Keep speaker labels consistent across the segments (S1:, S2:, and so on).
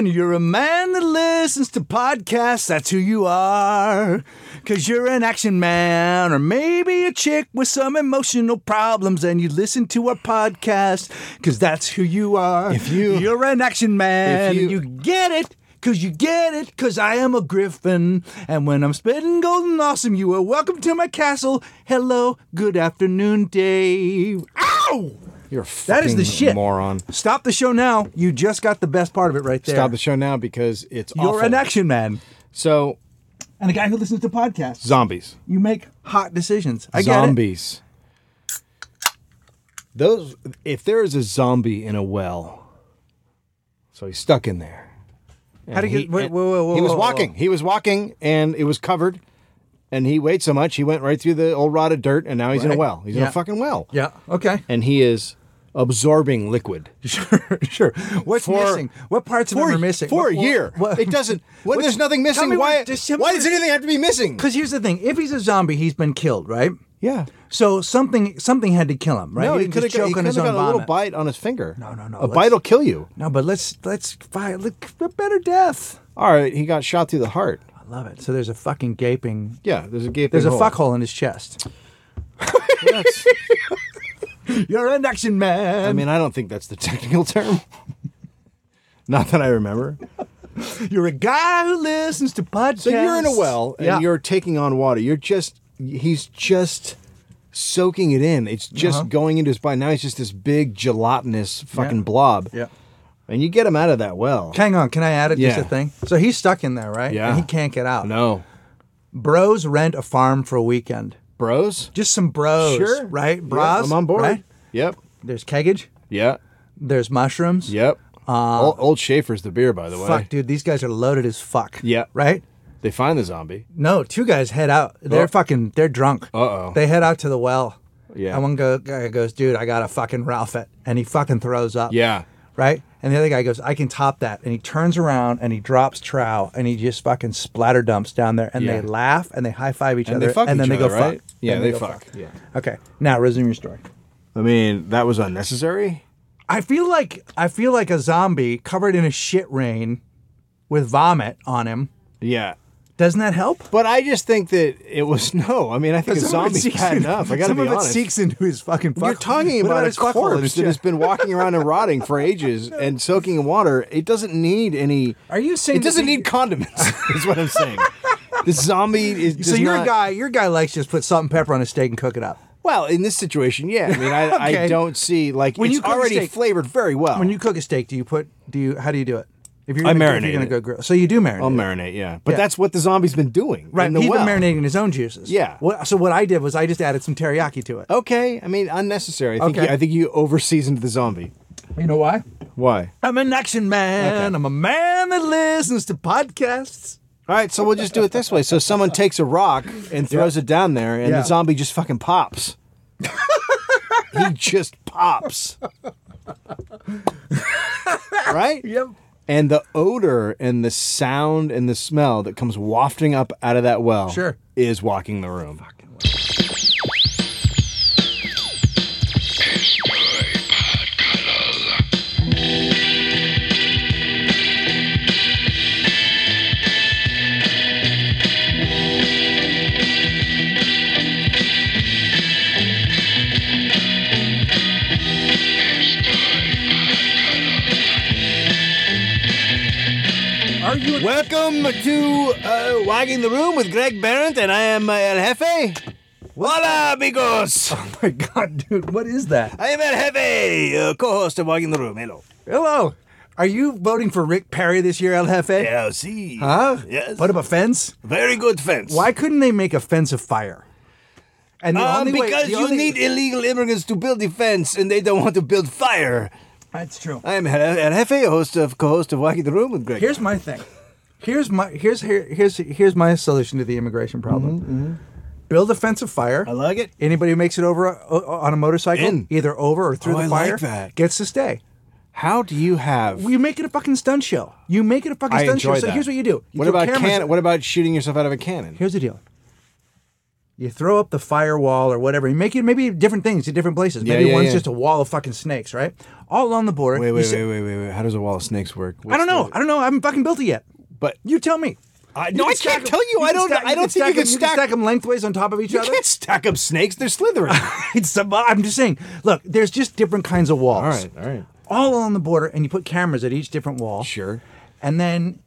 S1: You're a man that listens to podcasts. That's who you are. Cause you're an action man, or maybe a chick with some emotional problems, and you listen to our podcast. Cause that's who you are.
S2: If you-
S1: you're an action man,
S2: If you-
S1: and you get it. Cause you get it, cause I am a griffin. And when I'm spitting golden awesome, you are welcome to my castle. Hello, good afternoon, Dave. Ow!
S2: You're a
S1: That is the
S2: fucking
S1: shit.
S2: moron.
S1: Stop the show now. You just got the best part of it right there.
S2: Stop the show now because it's
S1: You're
S2: awful.
S1: an action man.
S2: so
S1: And a guy who listens to podcasts.
S2: zombies,
S1: you make hot decisions. I get it.
S2: zombies. Those, if there is a zombie in a well, so he's stuck in there.
S1: How do you
S2: he,
S1: get. Whoa, whoa, whoa, whoa,
S2: he was
S1: whoa, whoa.
S2: walking. He was walking, and it was covered. And he weighed so much, he went right through the old rotted dirt, and now he's in a
S1: Right.
S2: well. He's in
S1: Yeah.
S2: a fucking well.
S1: Yeah, okay.
S2: And he is absorbing liquid
S1: Sure, sure. What's
S2: For-
S1: missing? What parts of him are missing?
S2: for
S1: What-
S2: a
S1: what-
S2: year.
S1: what-
S2: it doesn't. What,
S1: what's-
S2: there's nothing
S1: tell me
S2: missing. Why?
S1: what- just tell me
S2: Why
S1: what-
S2: does anything have to be missing?
S1: Because here's the thing: if he's a zombie, he's been killed, right?
S2: Yeah.
S1: So something something had to kill him, right?
S2: No, he,
S1: didn't
S2: could have
S1: just
S2: got, he
S1: choke on his
S2: coulda
S1: own
S2: got a little
S1: vomit.
S2: bite on his finger.
S1: No, no, no,
S2: A
S1: let's-
S2: bite will kill you.
S1: No, but let's let's find look a better death.
S2: All right, he got shot through the heart.
S1: I love it. So there's a fucking gaping.
S2: Yeah, there's a gaping.
S1: There's a
S2: hole.
S1: fuck hole in his chest.
S2: That's-
S1: You're an action man.
S2: I mean, I don't think that's the technical term. Not that I remember.
S1: You're a guy who listens to podcasts.
S2: So you're in a well and
S1: Yeah.
S2: you're taking on water. You're just he's just soaking it in. It's just going into his body. Now he's just this big gelatinous fucking
S1: Uh-huh. Yeah.
S2: blob.
S1: Yeah.
S2: And you get him out of that well.
S1: Hang on, can I add it? Just
S2: Yeah.
S1: a thing. So he's stuck in there, right?
S2: Yeah.
S1: And he can't get out.
S2: No.
S1: Bros rent a farm for a weekend.
S2: Bros?
S1: Just some bros,
S2: sure.
S1: right?
S2: Yeah,
S1: Bras,
S2: I'm on board.
S1: Right?
S2: Yep.
S1: There's keggage.
S2: Yeah.
S1: There's mushrooms.
S2: Yep. old, old Schaefer's the beer, by the way.
S1: Fuck, dude, these guys are loaded as fuck.
S2: Yeah.
S1: Right?
S2: They find the zombie.
S1: No, two guys head out. They're
S2: Oh.
S1: fucking. They're drunk.
S2: Uh-oh.
S1: They head out to the well.
S2: Yeah.
S1: And one go, guy goes, dude, I gotta fucking Ralph it, and he fucking throws up.
S2: Yeah.
S1: Right. And the other guy goes, I can top that, and he turns around and he drops trow and he just fucking splatter dumps down there, and
S2: Yeah.
S1: they laugh and they high five each
S2: And
S1: other,
S2: they fuck
S1: and then
S2: each
S1: they
S2: other,
S1: go
S2: right?
S1: fuck.
S2: Yeah,
S1: Then
S2: they
S1: go
S2: fuck. Yeah.
S1: Okay. Now resume your story.
S2: I mean, that was unnecessary.
S1: I feel like I feel like a zombie covered in a shit rain, with vomit on him.
S2: Yeah.
S1: Doesn't that help?
S2: But I just think that it was no. I mean, I think a
S1: Some of it
S2: zombie's
S1: seeks
S2: bad
S1: in-
S2: enough. I gotta
S1: some
S2: be
S1: of it
S2: honest.
S1: seeks into his fucking.
S2: You're
S1: fuck-
S2: talking
S1: What
S2: about,
S1: his
S2: a
S1: fuck hole in
S2: corpse
S1: his
S2: that has
S1: chest?
S2: been walking around and rotting for ages and soaking in water. It doesn't need any.
S1: Are you saying
S2: it
S1: that
S2: doesn't
S1: the-
S2: need condiments? is what I'm saying. The zombie is.
S1: So
S2: does
S1: your
S2: not-
S1: guy, your guy likes just put salt and pepper on a steak and cook it up.
S2: Well, in this situation, yeah. I mean, I, I
S1: Okay.
S2: don't see like
S1: When
S2: it's
S1: you cook a
S2: already
S1: steak-
S2: flavored very well.
S1: When you cook a steak, do you put? Do you? How do you do it? If you're
S2: I
S1: gonna, if
S2: marinate
S1: you're gonna
S2: it.
S1: go grill, so you do marinate.
S2: I'll
S1: it.
S2: marinate, yeah. But
S1: Yeah.
S2: that's what the zombie's been doing.
S1: Right,
S2: in the
S1: he's
S2: well.
S1: been marinating his own juices.
S2: Yeah.
S1: What, so what I did was I just added some teriyaki to it.
S2: Okay, I mean unnecessary. I think
S1: Okay.
S2: you, I think you overseasoned the zombie.
S1: You know why?
S2: Why?
S1: I'm an action man.
S2: Okay.
S1: I'm a man that listens to podcasts.
S2: All right, so we'll just do it this way. So someone takes a rock and throws it down there, and
S1: Yeah.
S2: the zombie just fucking pops. he just pops. right? And the odor and the sound and the smell that comes wafting up out of that well
S1: Sure.
S2: is walking the room.
S1: Are you?
S2: Welcome to uh, Wagging the Room with Greg Barrett, and I am uh, El Jefe. Hola, amigos!
S1: Oh my god, dude, what is that?
S2: I am El Jefe, uh, co-host of Wagging the Room. Hello.
S1: Hello. Are you voting for Rick Perry this year, El Jefe?
S2: Yeah, see.
S1: Huh?
S2: Yes.
S1: Put up a fence.
S2: Very good fence.
S1: Why couldn't they make a fence of fire? And the
S2: Uh,
S1: only way-
S2: because
S1: the
S2: you
S1: only-
S2: need illegal immigrants to build the fence, and they don't want to build fire.
S1: That's true.
S2: I am El El Jefe, host of co-host of Wagging the Room with Greg.
S1: Here's my thing. Here's my here's here, here's here's my solution to the immigration problem. Build a fence of fire.
S2: Mm-hmm, I like it.
S1: Anybody who makes it over uh, uh, on a motorcycle,
S2: In.
S1: either over or through
S2: Oh,
S1: the
S2: I like
S1: fire,
S2: that.
S1: gets to stay.
S2: How do you have?
S1: You make it a fucking stunt show. You make it a fucking
S2: I
S1: stunt
S2: enjoy
S1: show. So
S2: that.
S1: here's what you do. You
S2: what
S1: throw
S2: about
S1: cameras-
S2: can? What about shooting yourself out of a cannon?
S1: Here's the deal. You throw up the firewall or whatever. You make it maybe different things to different places.
S2: Yeah,
S1: Maybe
S2: yeah,
S1: one's
S2: yeah.
S1: just a wall of fucking snakes, right? All along the border.
S2: Wait,
S1: You
S2: wait,
S1: sit-
S2: wait, wait, wait, wait. How does a wall of snakes work?
S1: I don't know. I don't know. I haven't fucking built it yet.
S2: But
S1: You tell me.
S2: I-
S1: You
S2: Uh, no,
S1: can
S2: I can't
S1: stack 'em-
S2: tell you. I
S1: can
S2: don't-
S1: stack-
S2: I don't think you can
S1: 'em-
S2: stack-
S1: stack them lengthways on top of each
S2: you
S1: other.
S2: can't stack up snakes. They're slithering.
S1: It's some- I'm just saying. Look, there's just different kinds of walls.
S2: all right, all right.
S1: All along the border, and you put cameras at each different wall.
S2: Sure.
S1: And then,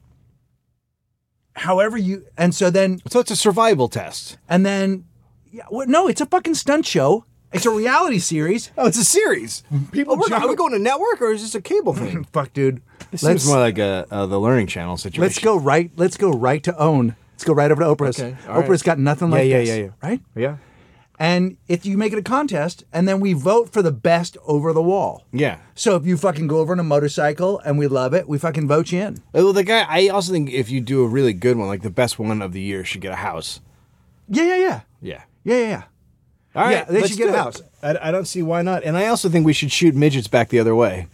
S1: however you, and so then,
S2: So it's a survival test.
S1: and then, yeah, well, no, it's a fucking stunt show. It's a reality series.
S2: Oh, it's a series. People, Oh, we're not- are we going to network or is this a cable thing?
S1: Fuck, dude.
S2: This
S1: let's
S2: seems more like a uh, the Learning Channel situation.
S1: let's go right. Let's go right to own. Let's go right over to Oprah's.
S2: Okay, all
S1: Oprah's
S2: right.
S1: got nothing
S2: Yeah,
S1: like
S2: yeah,
S1: this.
S2: yeah, yeah.
S1: Right.
S2: Yeah.
S1: And if you make it a contest, and then we vote for the best over the wall.
S2: Yeah.
S1: So if you fucking go over on a motorcycle and we love it, we fucking vote you in.
S2: Uh, Well, the guy. I also think if you do a really good one, like the best one of the year, should get a house.
S1: Yeah, yeah, yeah.
S2: Yeah.
S1: Yeah, yeah, yeah.
S2: All right.
S1: Yeah, they
S2: let's
S1: should get
S2: do
S1: a
S2: it.
S1: house.
S2: I, I don't see why not. And I also think we should shoot midgets back the other way.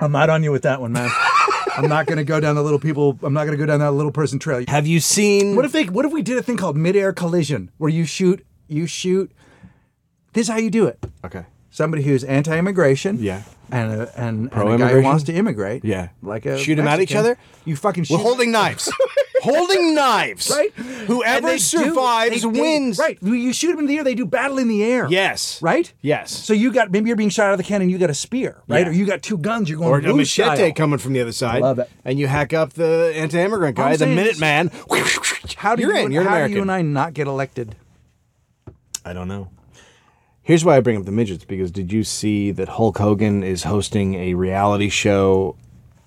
S1: I'm not on you with that one, man. I'm not gonna go down the little people. I'm not gonna go down that little person trail.
S2: Have you seen?
S1: What if they? What if we did a thing called midair collision, where you shoot, you shoot. This is how you do it.
S2: okay.
S1: Somebody who's anti-immigration,
S2: Yeah.
S1: and a, and, and a guy who
S2: Pro-immigration?
S1: wants to immigrate,
S2: Yeah.
S1: like a
S2: Shoot 'em at each
S1: Mexican,
S2: other?
S1: You fucking shoot
S2: We're holding knives. holding knives.
S1: right? And they
S2: Whoever
S1: do-
S2: survives
S1: they- they-
S2: wins.
S1: Right. You- You shoot them in the air, they do battle in the air.
S2: Yes.
S1: Right?
S2: Yes.
S1: So you got maybe you're being shot out of the cannon, you got a spear, right?
S2: Yeah.
S1: Or you got two guns, you're going
S2: or a
S1: blue
S2: machete
S1: style.
S2: coming from the other side.
S1: Love it.
S2: And you hack up the anti-immigrant
S1: I'm
S2: guy, the
S1: saying is-
S2: Minuteman.
S1: How do
S2: you're
S1: you
S2: in? You're an
S1: how
S2: American.
S1: do you and I not get elected?
S2: I don't know. Here's why I bring up the midgets because did you see that Hulk Hogan is hosting a reality show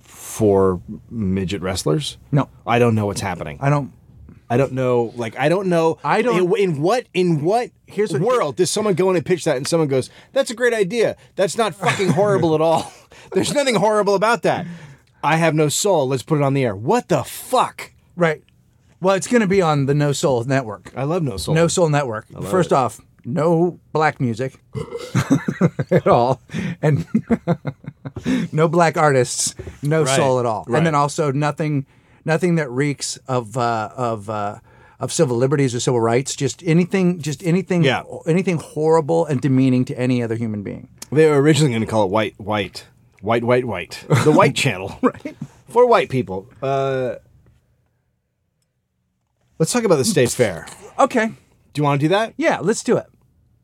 S2: for midget wrestlers?
S1: No.
S2: I don't know what's happening.
S1: I don't
S2: I don't know. Like I don't know.
S1: I don't-
S2: In, in what in what
S1: Here's what-
S2: world does someone go in and pitch that, and someone goes, "That's a great idea. That's not fucking horrible at all. There's nothing horrible about that. I have no soul. Let's put it on the air. What the fuck?
S1: right. Well, it's gonna be on the No Soul Network.
S2: I love no soul.
S1: No Soul Network. First off, no black music at all, and no black artists, no
S2: Right,
S1: soul at all,
S2: right.
S1: and then also nothing, nothing that reeks of uh, of uh, of civil liberties or civil rights. Just anything, just anything,
S2: Yeah.
S1: anything horrible and demeaning to any other human being.
S2: They were originally going to call it white, white, white, white, white. The white channel, right? For white people. Uh, let's talk about the state fair.
S1: Okay,
S2: Do you want to do that?
S1: yeah, let's do it.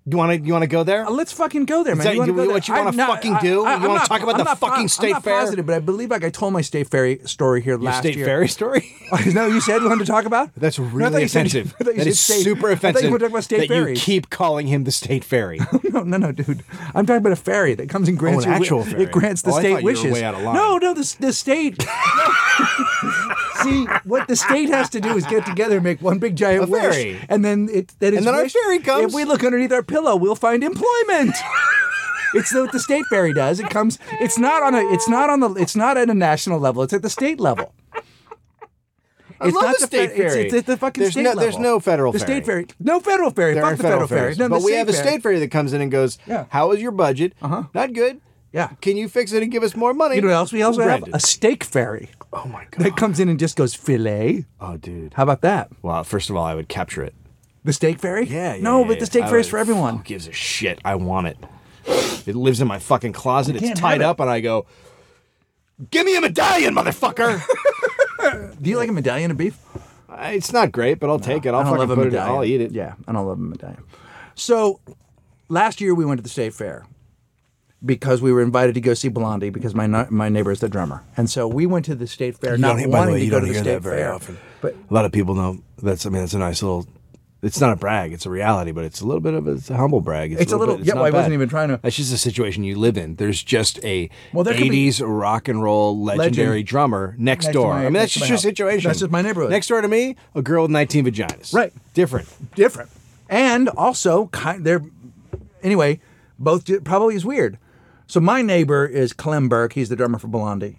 S2: You want to? You want to go there?
S1: Let's fucking go there, man.
S2: that
S1: you wanna
S2: you-
S1: go there?
S2: what you wanna
S1: I'm not-
S2: fucking do? You
S1: I'm
S2: wanna
S1: not-
S2: talk about
S1: I'm
S2: the
S1: not
S2: fucking state
S1: I'm not
S2: fair?
S1: Positive, but I believe like I told my state fair story here last
S2: state
S1: year.
S2: fairy story.
S1: no, you said we wanted to talk about.
S2: That's
S1: No, I thought
S2: really
S1: you said-
S2: offensive.
S1: I thought you
S2: that
S1: said
S2: is
S1: state-
S2: super
S1: I thought
S2: offensive.
S1: you were talking about state
S2: that you
S1: fairies.
S2: keep calling him the state fairy.
S1: no, no, no, dude. I'm talking about a fairy that comes and grants
S2: Oh,
S1: your
S2: an
S1: wi-
S2: actual fairy.
S1: It grants the
S2: Oh, I
S1: state
S2: thought you were
S1: wishes.
S2: way out of line.
S1: No, no, the the state. See, what the state has to do is get together and make one big giant
S2: A
S1: wish,
S2: fairy.
S1: and then it that is.
S2: then our
S1: wish-
S2: fairy comes.
S1: If we look underneath our pillow, we'll find employment. It's what the state fairy does. It comes. It's not on a. It's not on the. It's not at a national level. It's at the state level.
S2: I
S1: it's
S2: love
S1: not fe-
S2: the state
S1: it's-
S2: fairy.
S1: It's, at the fucking
S2: There's
S1: state
S2: no-
S1: level.
S2: there's no federal
S1: the state
S2: fairy.
S1: federal fairy. No federal fairy.
S2: There
S1: Fuck
S2: aren't
S1: the federal, fairy.
S2: fairies.
S1: No, the
S2: but we have a
S1: fairy.
S2: state fairy that comes in and goes,
S1: Yeah.
S2: "How was your budget? Uh-huh. Not good.
S1: Yeah.
S2: Can you fix it and give us more money?
S1: You know what else we also
S2: Brandon.
S1: have? A steak fairy
S2: oh my god.
S1: that comes in and just goes filet.
S2: oh dude.
S1: How about that?
S2: Well, first of all, I would capture it.
S1: The steak fairy? no, but the steak
S2: I
S1: fairy is
S2: would-
S1: for everyone.
S2: Who gives a shit? I want it. It lives in my fucking closet. It's
S1: can't
S2: tied
S1: have it.
S2: up, and I go, "Give me a medallion, motherfucker."
S1: Do you like a medallion of beef?
S2: Uh, It's not great, but I'll take it. I'll
S1: I don't
S2: fucking
S1: love a
S2: put it. in-
S1: medallion.
S2: I'll eat it.
S1: Yeah, I don't love a medallion. So last year we went to the state fair because we were invited to go see Blondie because my ni- my neighbor is the drummer, and so we went to the state fair not
S2: don't- by the
S1: wanting
S2: way,
S1: to
S2: you
S1: go
S2: don't
S1: to the
S2: hear
S1: state
S2: that very
S1: fair.
S2: often.
S1: But
S2: A lot of people know that's. I mean, that's a nice little. It's not a brag. It's a reality, but it's a little bit of a, it's a humble brag.
S1: It's a little-
S2: bit-
S1: yeah,
S2: not
S1: well, I wasn't
S2: bad.
S1: even trying to-
S2: That's just the situation you live in. There's just a
S1: Well, there could be-
S2: '80s rock and roll legendary
S1: Legend.
S2: drummer
S1: Next
S2: next,
S1: to
S2: door.
S1: my-
S2: I mean,
S1: next
S2: that's
S1: to my
S2: just your
S1: house.
S2: situation.
S1: That's just my neighborhood.
S2: Next door to me, a girl with 19 vaginas.
S1: Right.
S2: Different.
S1: different. And also, kind they're anyway, both ju- probably is weird. So my neighbor is Clem Burke. He's the drummer for Blondie.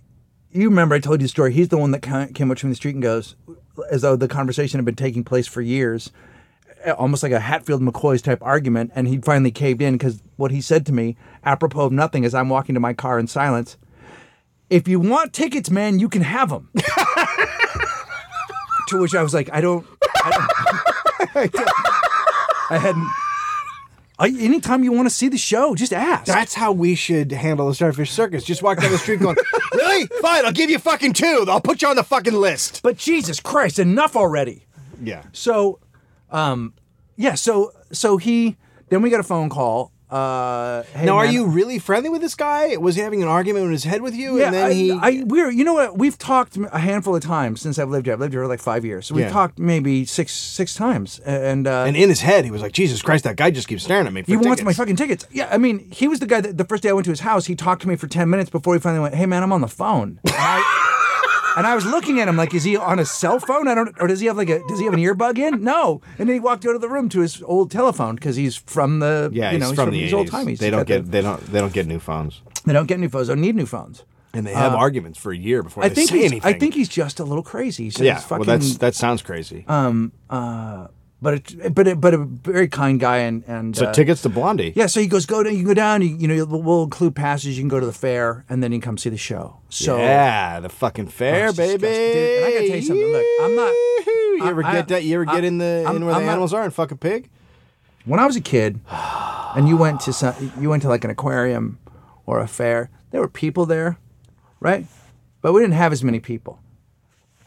S1: You remember I told you the story. He's the one that ca- came up to me in the street and goes, as though the conversation had been taking place for years, eh, almost like a Hatfield McCoy's type argument. And he finally caved in because what he said to me, apropos of nothing, as I'm walking to my car in silence, if you want tickets, man, you can have them. to which I was like, I don't. I don't I hadn't. I, anytime you want to see the show, just ask.
S2: That's how we should handle the Starfish Circus. Just walk down the street going, Really? Fine, I'll give you fucking two. I'll put you on the fucking list.
S1: but Jesus Christ, enough already.
S2: Yeah.
S1: So, um, yeah. So so he then we got a phone call. Uh, hey,
S2: now, are
S1: man,
S2: you really friendly with this guy? Was he having an argument in his head with you?
S1: Yeah,
S2: and then
S1: I,
S2: he.
S1: I, we're you know what we've talked a handful of times since I've lived here. I've lived here for like five years, so we've
S2: Yeah.
S1: talked maybe six six times, and uh,
S2: and in his head, he was like, Jesus Christ, that guy just keeps staring at me. For
S1: He wants my
S2: tickets."
S1: fucking tickets. Yeah, I mean, he was the guy that the first day I went to his house, he talked to me for 10 minutes before he finally went, Hey, man, I'm on the phone. And I, and I was looking at him like, Is he on a cell phone? I don't, or does he have like a, does he have an earbug in? No. And then he walked out of the room to his old telephone because he's from the,
S2: Yeah,
S1: you know,
S2: he's, from, the
S1: his
S2: 80s.
S1: old time. He's
S2: they
S1: got
S2: don't
S1: the-
S2: get they don't they don't get new phones,
S1: they don't get new phones. They don't need new phones.
S2: and they have arguments for a year before
S1: Uh, I
S2: they
S1: think,
S2: say
S1: he's,
S2: anything.
S1: I think he's just a little crazy. He's
S2: yeah.
S1: just fucking, Uh,
S2: well, that's that sounds crazy.
S1: but, it, but, it, but a very kind guy. And, and
S2: so
S1: uh,
S2: tickets to Blondie.
S1: Yeah, so he goes, go down, you can go down, you, you know, we'll, we'll include passes, you can go to the fair, and then you can come see the show. So
S2: Yeah, the fucking fair,
S1: That's
S2: baby.
S1: disgusting. Dude, and I gotta tell you something, look, I'm not-
S2: Yee-hoo. You
S1: I-
S2: ever
S1: I-
S2: get that? You ever get
S1: I-
S2: in the
S1: I'm-
S2: in where the
S1: I'm not-
S2: animals are and fuck a pig?
S1: when I was a kid, and you went to some, you went to like an aquarium or a fair, there were people there, right? But we didn't have as many people.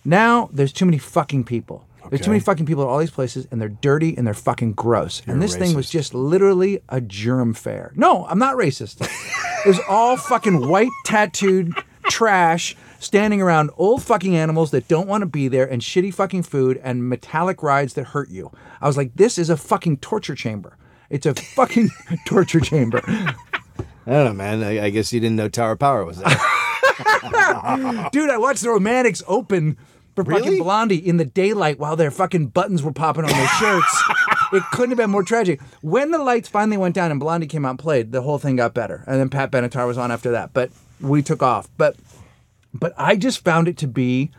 S1: Now there's too many fucking people. There's too many
S2: Okay.
S1: fucking people at all these places, and they're dirty and they're fucking gross. and
S2: You're
S1: this thing was
S2: racist.
S1: just literally a germ fair. No, I'm not racist. it was all fucking white tattooed trash standing around old fucking animals that don't want to be there and shitty fucking food and metallic rides that hurt you. I was like, this is a fucking torture chamber. It's a fucking torture chamber.
S2: I don't know, man. I, I guess you didn't know Tower Power was there.
S1: Dude, I watched the Romantics open for
S2: Really?
S1: fucking Blondie in the daylight while their fucking buttons were popping on their shirts. it couldn't have been more tragic. When the lights finally went down and Blondie came out and played, the whole thing got better. And then Pat Benatar was on after that, but we took off. But but I just found it to be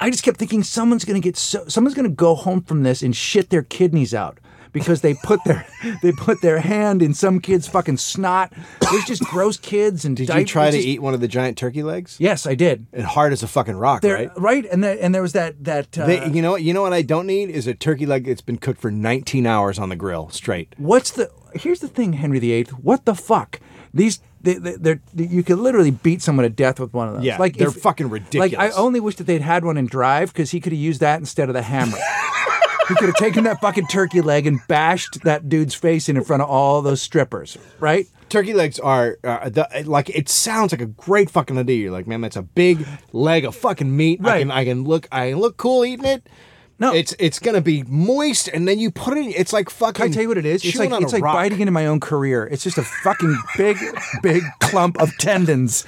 S1: I just kept thinking someone's going to get so someone's going to go home from this and shit their kidneys out because they put their they put their hand in some kid's fucking snot. There's just gross kids and
S2: Did you try to eat one of the giant turkey legs?
S1: Yes, I did.
S2: And hard as a fucking rock,
S1: There,
S2: right?
S1: right? And there, and there was that that. Uh,
S2: They, you know what? You know what I don't need is a turkey leg that's been cooked for 19 hours on the grill straight.
S1: what's the? Here's the thing, Henry VIII. What the fuck? These they, they, they're you could literally beat someone to death with one of those.
S2: Yeah,
S1: like
S2: they're fucking
S1: Like I
S2: ridiculous.
S1: only wish that they'd had one in Drive because he could have used that instead of the hammer. he could have taken that fucking turkey leg and bashed that dude's face in in front of all those strippers, right?
S2: Turkey legs are uh, the, like it sounds like a great fucking idea. You're like, man, that's a big leg of fucking meat. I
S1: Right.
S2: can, I can look, I can look cool eating it.
S1: No.
S2: it's it's gonna be moist, and then you put it. in, It's like fucking.
S1: Can I tell you what it is? It's
S2: chewing
S1: like
S2: on
S1: it's
S2: a
S1: like
S2: rock.
S1: biting into my own career. It's just a fucking big, big clump of tendons.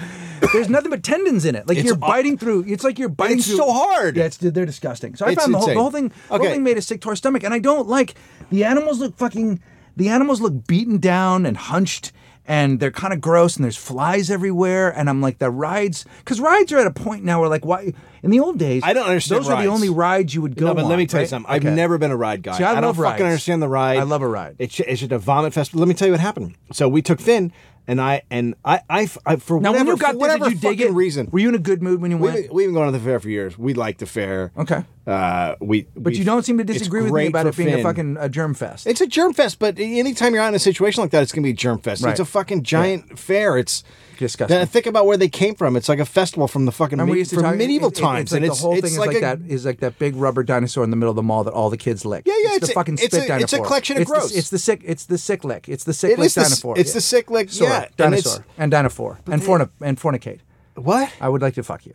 S1: There's nothing but tendons in it. Like
S2: It's
S1: you're
S2: aw-
S1: biting through. It's like you're biting
S2: It's
S1: through-
S2: so hard.
S1: Yeah, it's, they're disgusting. So I
S2: It's
S1: found the whole, the
S2: insane.
S1: whole thing. The
S2: Okay.
S1: whole thing made us sick to our stomach, and I don't like the animals. Look fucking. The animals look beaten down and hunched. And they're kind of gross, and there's flies everywhere. And I'm like, the rides, because rides are at a point now where, like, why? In the old days,
S2: I don't understand
S1: Those are
S2: rides.
S1: the only rides you would go.
S2: No, but let
S1: on,
S2: me tell you
S1: right?
S2: something. I've
S1: Okay.
S2: never been a ride guy.
S1: See, I
S2: don't
S1: love
S2: fucking
S1: rides.
S2: understand the ride.
S1: I love a ride.
S2: It's, it's just a vomit fest. Let me tell you what happened. So we took Finn, and I and I I, I for
S1: Now,
S2: whatever
S1: when you got
S2: for
S1: there,
S2: whatever
S1: did you dig
S2: fucking
S1: it?
S2: reason.
S1: Were you in a good mood when you
S2: We've
S1: went?
S2: been, we've been going to the fair for years. We like the fair.
S1: Okay.
S2: Uh, we.
S1: but you don't seem to disagree with me about it being a fucking a germ fest.
S2: It's a germ fest, but anytime you're out in a situation like that, it's gonna be a germ fest.
S1: Right.
S2: It's a fucking giant fair. It's
S1: Disgusting.
S2: Then think about where they came from. It's like a festival from the fucking
S1: Remember we
S2: me-
S1: used to
S2: from
S1: talk-
S2: medieval
S1: it- it-
S2: times,
S1: It's like
S2: and
S1: the whole thing is like
S2: a-
S1: that is like that big rubber dinosaur in the middle of the mall that all the kids lick.
S2: Yeah, yeah,
S1: It's,
S2: it's
S1: the
S2: a-
S1: fucking
S2: it's
S1: spit
S2: a-
S1: dinosaur.
S2: it's a collection of
S1: It's the-
S2: gross.
S1: it's the sick. It's the sick lick. It's the sick
S2: It
S1: lick
S2: is the s-
S1: dinosaur.
S2: it's the sick lick,
S1: Sore.
S2: yeah, and
S1: Dinosaur
S2: it's-
S1: and dinosaur and forni- and fornicate.
S2: What?
S1: I would like to fuck you.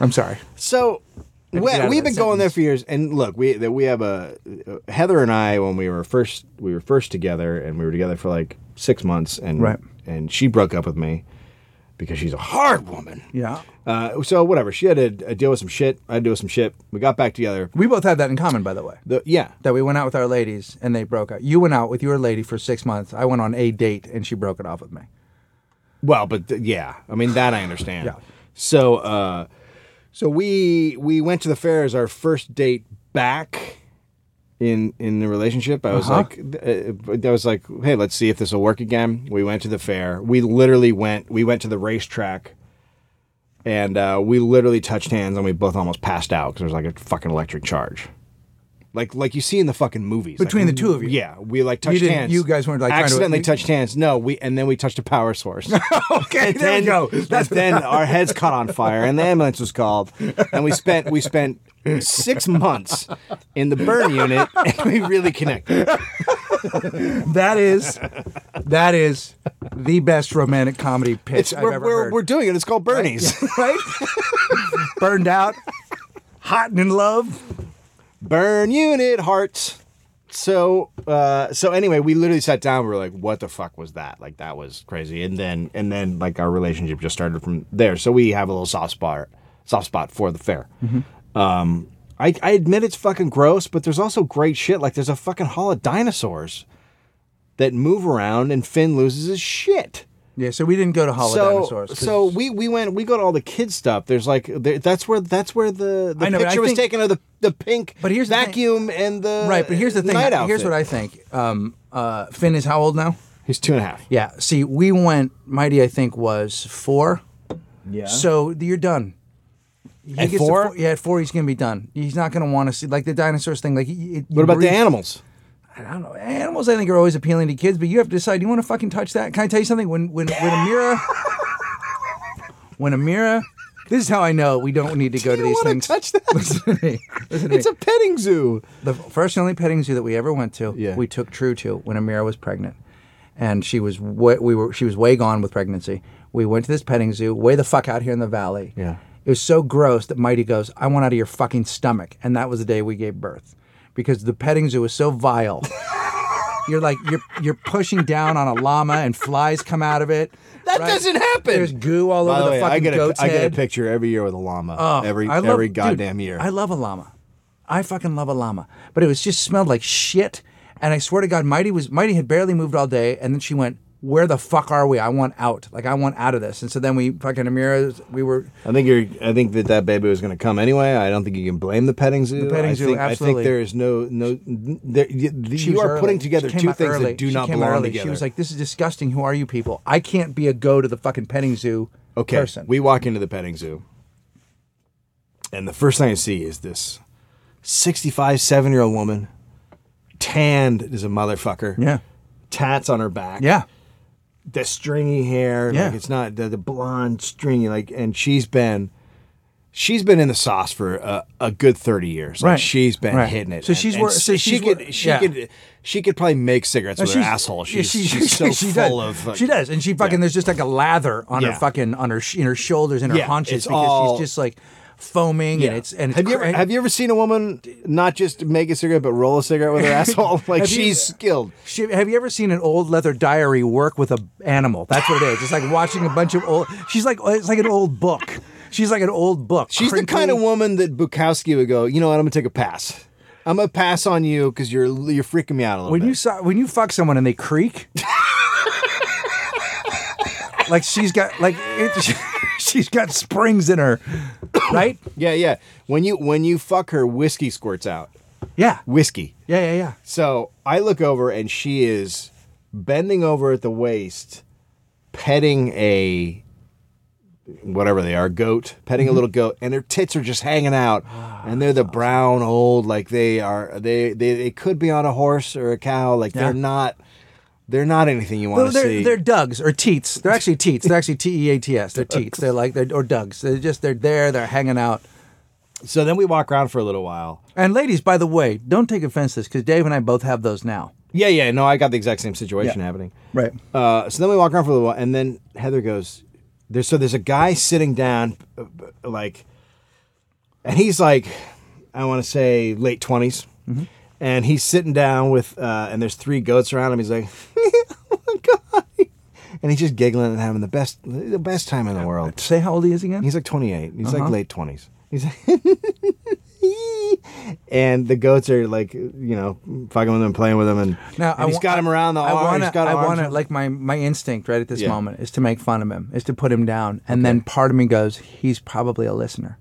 S1: I'm sorry.
S2: So we,
S1: get out of
S2: we've
S1: that
S2: been going there for years, and look, we that we have a Heather and I when we were first we were first together, and we were together for like six months, and
S1: Right.
S2: and she broke up with me because she's a hard woman.
S1: Yeah,
S2: Uh, so whatever, she had to uh, deal with some shit. I had to deal with some shit. We got back together.
S1: we both had that in common, by the way.
S2: The, yeah,
S1: that we went out with our ladies and they broke up. You went out with your lady for six months. I went on a date and she broke it off with me.
S2: Well, but th- yeah, I mean that I understand.
S1: Yeah.
S2: So, uh, so we we went to the fair as our first date back in in the relationship. I was
S1: Uh-huh.
S2: like, th- uh, I was like, hey, let's see if this will work again. We went to the fair. We literally went. We went to the racetrack. And uh, we literally touched hands, and we both almost passed out because there was like a fucking electric charge. Like like you see in the fucking movies.
S1: Between
S2: Like,
S1: the two of you?
S2: Yeah. We like touched
S1: didn't-
S2: hands.
S1: you guys weren't, like, trying to-
S2: accidentally touched hands. No, we and then we touched a power source.
S1: okay,
S2: And
S1: there
S2: then,
S1: we go. That's
S2: and then our heads caught on fire and the ambulance was called. And we spent we spent six months in the burn unit and we really connected.
S1: that is that is the best romantic comedy pitch
S2: It's,
S1: I've
S2: we're,
S1: ever
S2: we're,
S1: heard.
S2: we're doing it. It's called Bernie's.
S1: right? Burned out, hot and in love.
S2: burn unit hearts. So uh so anyway, we literally sat down, we were like, what the fuck was that? Like that was crazy. And then and then like our relationship just started from there. So we have a little soft spot soft spot for the fair. Um I, I admit it's fucking gross, but there's also great shit. Like there's a fucking hall of dinosaurs that move around and Finn loses his shit
S1: Yeah, so we didn't go to Hollow
S2: so,
S1: Dinosaurs. 'cause-
S2: So we we went we go to all the kids stuff. There's like there, that's where that's where the, the
S1: I know, but I
S2: picture was
S1: think-
S2: taken of the the pink
S1: But here's the thing-
S2: vacuum and the
S1: right, but here's the thing.
S2: uh, Night
S1: Here's
S2: outfit.
S1: what I think. Um, uh, Finn is how old now?
S2: He's two and a half.
S1: Yeah. See, we went. Mighty, I think, was four.
S2: Yeah.
S1: So you're done. He
S2: At
S1: gets to
S2: four?
S1: yeah, at four he's gonna be done. He's not gonna want to see like the dinosaurs thing. Like, he- it,
S2: what about the
S1: animals?
S2: animals?
S1: I don't know. Animals, I think, are always appealing to kids, but you have to decide. You want to fucking touch that? Can I tell you something? When when when Amira, when Amira, this is how I know we don't need to go to
S2: you
S1: these
S2: wanna
S1: things.
S2: touch that?
S1: Listen to me. Listen to
S2: It's
S1: me.
S2: a petting zoo.
S1: the first and only petting zoo that we ever went to,
S2: Yeah.
S1: we took True to when Amira was pregnant, and she was way, we were she was way gone with pregnancy. We went to this petting zoo way the fuck out here in the valley.
S2: Yeah.
S1: It was so gross that Mighty goes, "I want out of your fucking stomach," and that was the day we gave birth, because the petting zoo was so vile. You're like you're you're pushing down on a llama and flies come out of it.
S2: That doesn't happen.
S1: There's goo all over the, fucking
S2: I get a,
S1: goat's
S2: I get a
S1: head. Oh,
S2: picture every year with a llama. every
S1: I love-
S2: every
S1: dude,
S2: goddamn year.
S1: I love a llama. I fucking love a llama. But it was just smelled like shit. And I swear to God, Mighty was Mighty had barely moved all day, and then she went, "Where the fuck are we? I want out. Like I want out of this." And so then we fucking Amira, we were
S2: I think you're. I think that that baby was going to come anyway. I don't think you can blame the petting zoo. The
S1: petting
S2: I
S1: zoo,
S2: think, I
S1: absolutely.
S2: think there is no no. There, you
S1: she
S2: you
S1: was
S2: are
S1: early.
S2: putting together
S1: She came
S2: two
S1: out
S2: things
S1: early.
S2: that do
S1: She
S2: not
S1: came
S2: belong
S1: early.
S2: together.
S1: She was like, "This is disgusting. Who are you people? I can't be a go to the fucking petting zoo
S2: okay,
S1: person."
S2: we walk into the petting zoo, and the first thing I see is this 65, 7 year old woman, tanned as a motherfucker.
S1: yeah,
S2: Tats on her back.
S1: yeah.
S2: The stringy hair.
S1: Yeah.
S2: Like it's not the, the blonde stringy. Like, and she's been. She's been in the sauce for a, a good thirty years. Like
S1: Right.
S2: she's been
S1: Right.
S2: hitting it.
S1: So
S2: And-
S1: she's
S2: and
S1: wor- so
S2: she
S1: she's wor-
S2: could she
S1: yeah.
S2: could she could probably make cigarettes with her
S1: she's-
S2: asshole.
S1: yeah,
S2: She's, she's so
S1: she
S2: full
S1: does.
S2: of. like-
S1: she does, and she fucking
S2: Yeah.
S1: there's just like a lather on
S2: Yeah.
S1: her fucking on her sh- in her shoulders and her
S2: Yeah, it's
S1: haunches because
S2: all-
S1: she's just like foaming and it's and it's
S2: have you
S1: cra-
S2: ever have you ever seen a woman not just make a cigarette but roll a cigarette with her asshole? Like
S1: Have you-
S2: she's skilled.
S1: She, have you ever seen an old leather diary work with an animal? That's what it is. It's like watching a bunch of old. She's like it's like an old book. She's like an old book.
S2: She's the kind
S1: crinkly.
S2: of woman that Bukowski would go. You know what? I'm gonna take a pass. I'm gonna pass on you because you're you're freaking me out a little
S1: when
S2: bit.
S1: you saw when you fuck someone and they creak like she's got like it, she's got springs in her right
S2: yeah, yeah. When you when you fuck her, whiskey squirts out.
S1: yeah
S2: Whiskey.
S1: yeah yeah yeah
S2: So I look over and she is bending over at the waist, petting a whatever they are, goat, petting a
S1: Mm-hmm.
S2: little goat, and their tits are just hanging out.
S1: Ah,
S2: And they're the brown old, like they are they they, they could be on a horse or a cow. Like
S1: Yeah.
S2: they're not they're not anything you want to
S1: they're,
S2: see.
S1: they're Dugs or Teats. They're actually Teats. They're actually T E A T S. They're Teats. They're like they're or Dugs. They're just they're there. They're hanging out.
S2: so then we walk around for a little while.
S1: And ladies, by the way, don't take offense to this because Dave and I both have those now.
S2: Yeah, yeah, no, I got the exact same situation
S1: Yeah.
S2: happening.
S1: Right.
S2: Uh, so then we walk around for a little while, and then Heather goes, "There's so there's a guy sitting down, uh, b- like, and he's like, I want to say late 20s
S1: Mm-hmm.
S2: and he's sitting down with, uh, and there's three goats around him. He's like, oh my god, and he's just giggling and having the best the best time in the world.
S1: Say how old he is again.
S2: He's like 28. He's
S1: Uh-huh.
S2: like late 20s. He's like, and the goats are like, you know, fucking with him, playing with him, and
S1: Now
S2: and
S1: I
S2: he's
S1: wa-
S2: got him around the
S1: I
S2: arm.
S1: Wanna,
S2: he's got
S1: I
S2: arms
S1: want to
S2: around-
S1: like my my instinct right at this
S2: Yeah.
S1: moment is to make fun of him, is to put him down, and then part of me goes, he's probably a listener.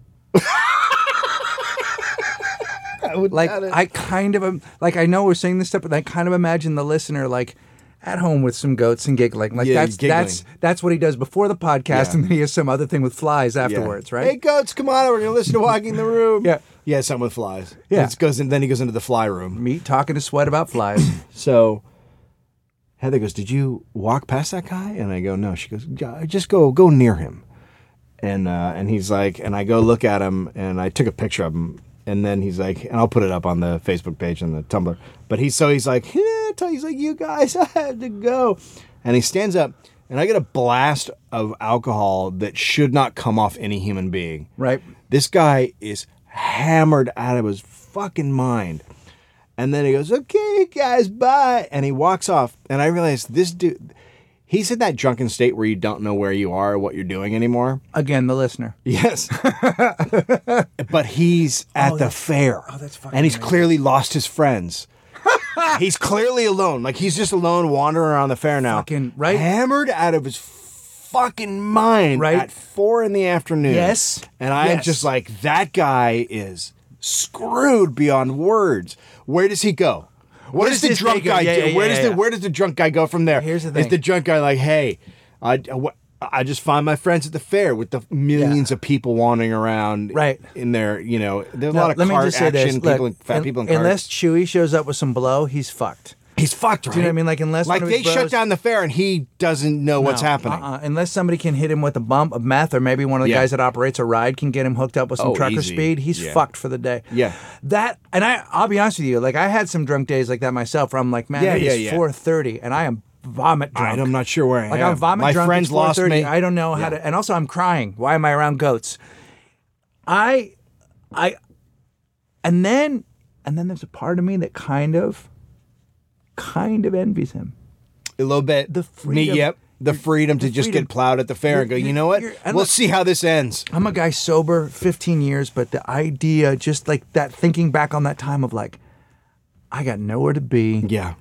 S2: I would
S1: Like
S2: doubt it.
S1: I kind of am- like I know we're saying this stuff, but I kind of imagine the listener like at home with some goats and giggling. Like
S2: Yeah,
S1: that's
S2: giggling.
S1: that's that's what he does before the podcast,
S2: Yeah.
S1: and then he has some other thing with flies
S2: Yeah.
S1: afterwards,
S2: Hey,
S1: right?
S2: goats, come on! We're gonna listen to Walking the Room.
S1: Yeah.
S2: yeah, something with flies.
S1: Yeah.
S2: it goes in, then he goes into the fly room.
S1: Me talking to Sweat about flies.
S2: So Heather goes, "Did you walk past that guy?" And I go, "No." She goes, "Yeah, "Just go, go near him." And uh, and he's like, and I go look at him, and I took a picture of him, and then he's like, and I'll put it up on the Facebook page and the Tumblr. But he's so he's like, yeah, t- he's like, you guys, I have to go, and he stands up, and I get a blast of alcohol that should not come off any human being.
S1: Right.
S2: This guy is hammered out of his fucking mind. And then he goes, okay, guys, bye. And he walks off. And I realized this dude, he's in that drunken state where you don't know where you are or what you're doing anymore.
S1: Again, the listener.
S2: Yes. but he's at the fair. Oh,
S1: that's fucking
S2: And he's clearly lost his friends. he's clearly alone. Like he's just alone wandering around the fair now.
S1: Fucking- right?
S2: Hammered out of his fucking mind
S1: Right?
S2: at four in the afternoon.
S1: Yes.
S2: And I'm
S1: Yes.
S2: just like, that guy is screwed beyond words. Where does he go? What
S1: Where
S2: does
S1: does
S2: the
S1: this guy
S2: drunk
S1: go?
S2: guy
S1: Yeah,
S2: do?
S1: yeah,
S2: where
S1: yeah,
S2: does
S1: yeah.
S2: the where does the drunk guy go from there?
S1: Here's the
S2: Is
S1: thing.
S2: the drunk guy like, hey, I, I wh- I just find my friends at the fair with the millions of people wandering around,
S1: Right.
S2: In there, you know, there's a
S1: Now,
S2: lot of cart action,
S1: Look,
S2: people, in, fat
S1: un-
S2: people in carts.
S1: unless Chewy shows up with some blow, he's fucked.
S2: he's fucked, right?
S1: you know what I mean? Like, unless
S2: like
S1: one of his
S2: they
S1: bros-
S2: shut down the fair and he doesn't know what's
S1: No,
S2: happening.
S1: Uh-uh. Unless somebody can hit him with a bump of meth, or maybe one of the
S2: Yeah.
S1: guys that operates a ride can get him hooked up with some
S2: Oh,
S1: trucker
S2: easy.
S1: speed, he's
S2: Yeah.
S1: fucked for the day.
S2: Yeah.
S1: That and I I'll be honest with you, like I had some drunk days like that myself where I'm like, man,
S2: Yeah,
S1: it
S2: yeah,
S1: is
S2: yeah.
S1: four thirty and I am vomit drunk.
S2: Right, I'm not sure where I
S1: like
S2: am.
S1: I'm vomit
S2: my
S1: drunk.
S2: friends
S1: it's
S2: lost
S1: 4:30.
S2: me.
S1: I don't know how to and also I'm crying. Why am I around goats? I I and then and then there's a part of me that kind of kind of envies him.
S2: a little bit.
S1: The
S2: me,
S1: freedom-
S2: yep, the freedom to just
S1: freedom.
S2: get plowed at the fair and go.
S1: You're-
S2: You know what?
S1: you're- and
S2: We'll
S1: look-
S2: see how this ends.
S1: I'm a guy sober 15 years, but the idea, just like that thinking back on that time of like, I got nowhere to be.
S2: Yeah,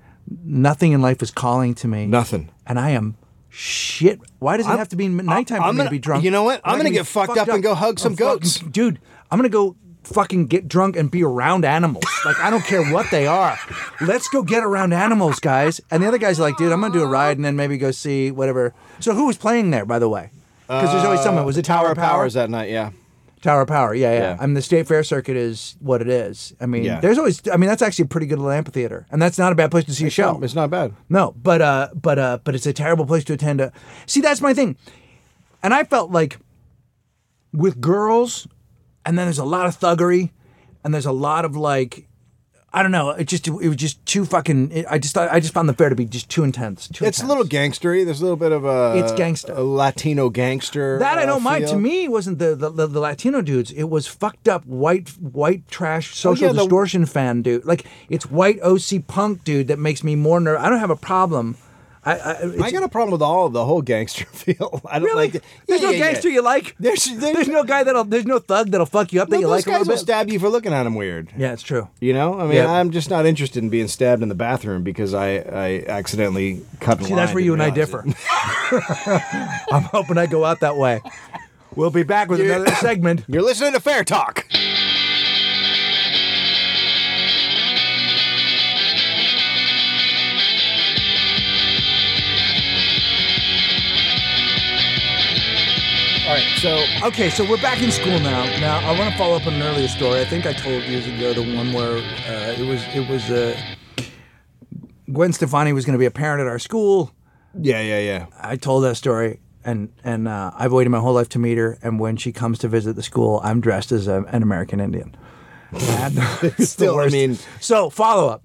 S1: Nothing in life is calling to me.
S2: nothing.
S1: And I am shit. Why does it have to be nighttime for
S2: I'm
S1: me
S2: gonna-
S1: to be drunk?
S2: you know what?
S1: Why do
S2: I'm
S1: I
S2: gonna
S1: be
S2: get fucked up and go hug some
S1: I'm fucking-
S2: goats.
S1: dude, I'm going to go fucking get drunk and be around animals. Like, I don't care what they are. Let's go get around animals, guys. And the other guy's are like, dude, I'm going to do a ride and then maybe go see whatever. So who was playing there, by the way? Because there's always someone. Was it Tower of Power?
S2: Powers that night. Yeah.
S1: Tower of Power, yeah, yeah.
S2: Yeah.
S1: I mean, the state fair circuit is what it is. I mean,
S2: Yeah.
S1: there's always. I mean, that's actually a pretty good little amphitheater, and that's not a bad place to see a show.
S2: It's not bad.
S1: No, but uh, but uh, but it's a terrible place to attend. A... See, that's my thing, and I felt like with girls, and then there's a lot of thuggery, and there's a lot of like, I don't know. It just it was just too fucking. I just thought I just found the fair to be just too intense. Too
S2: It's a
S1: intense.
S2: little gangstery. There's a little bit of a
S1: It's gangster.
S2: a Latino gangster.
S1: That I
S2: uh,
S1: don't mind.
S2: feel.
S1: To me, it wasn't the, the the Latino dudes. It was fucked up white white trash social
S2: Oh, yeah, the-
S1: distortion fan dude. Like it's white OC punk dude that makes me more nervous. I don't have a problem. I, I, it's,
S2: I got a problem with all the whole gangster feel. I don't
S1: really.
S2: like. The,
S1: there's
S2: Yeah,
S1: no
S2: yeah, yeah.
S1: gangster you like.
S2: There's, there's,
S1: There's no guy that'll. There's no thug that'll fuck you up that you
S2: those
S1: like a
S2: guys
S1: little
S2: will
S1: bit.
S2: stab you for looking at him weird.
S1: yeah, it's true.
S2: You know, I mean,
S1: Yeah.
S2: I'm just not interested in being stabbed in the bathroom because I, I accidentally cut. a
S1: See, that's
S2: line,
S1: where you and
S2: didn't
S1: I
S2: realize
S1: differ.
S2: it.
S1: I'm hoping I go out that way. We'll be back with
S2: Yeah.
S1: another segment.
S2: You're listening to Fair Talk. All right, so
S1: Okay, so we're back in school now. Now I want to follow up on an earlier story. I think I told years ago the one where uh, it was it was uh, Gwen Stefani was going to be a parent at our school.
S2: yeah, yeah, yeah.
S1: I told that story, and and uh, I've waited my whole life to meet her. And when she comes to visit the school, I'm dressed as a, an American Indian. And it's the
S2: Still, I
S1: worst.
S2: mean-
S1: so follow up.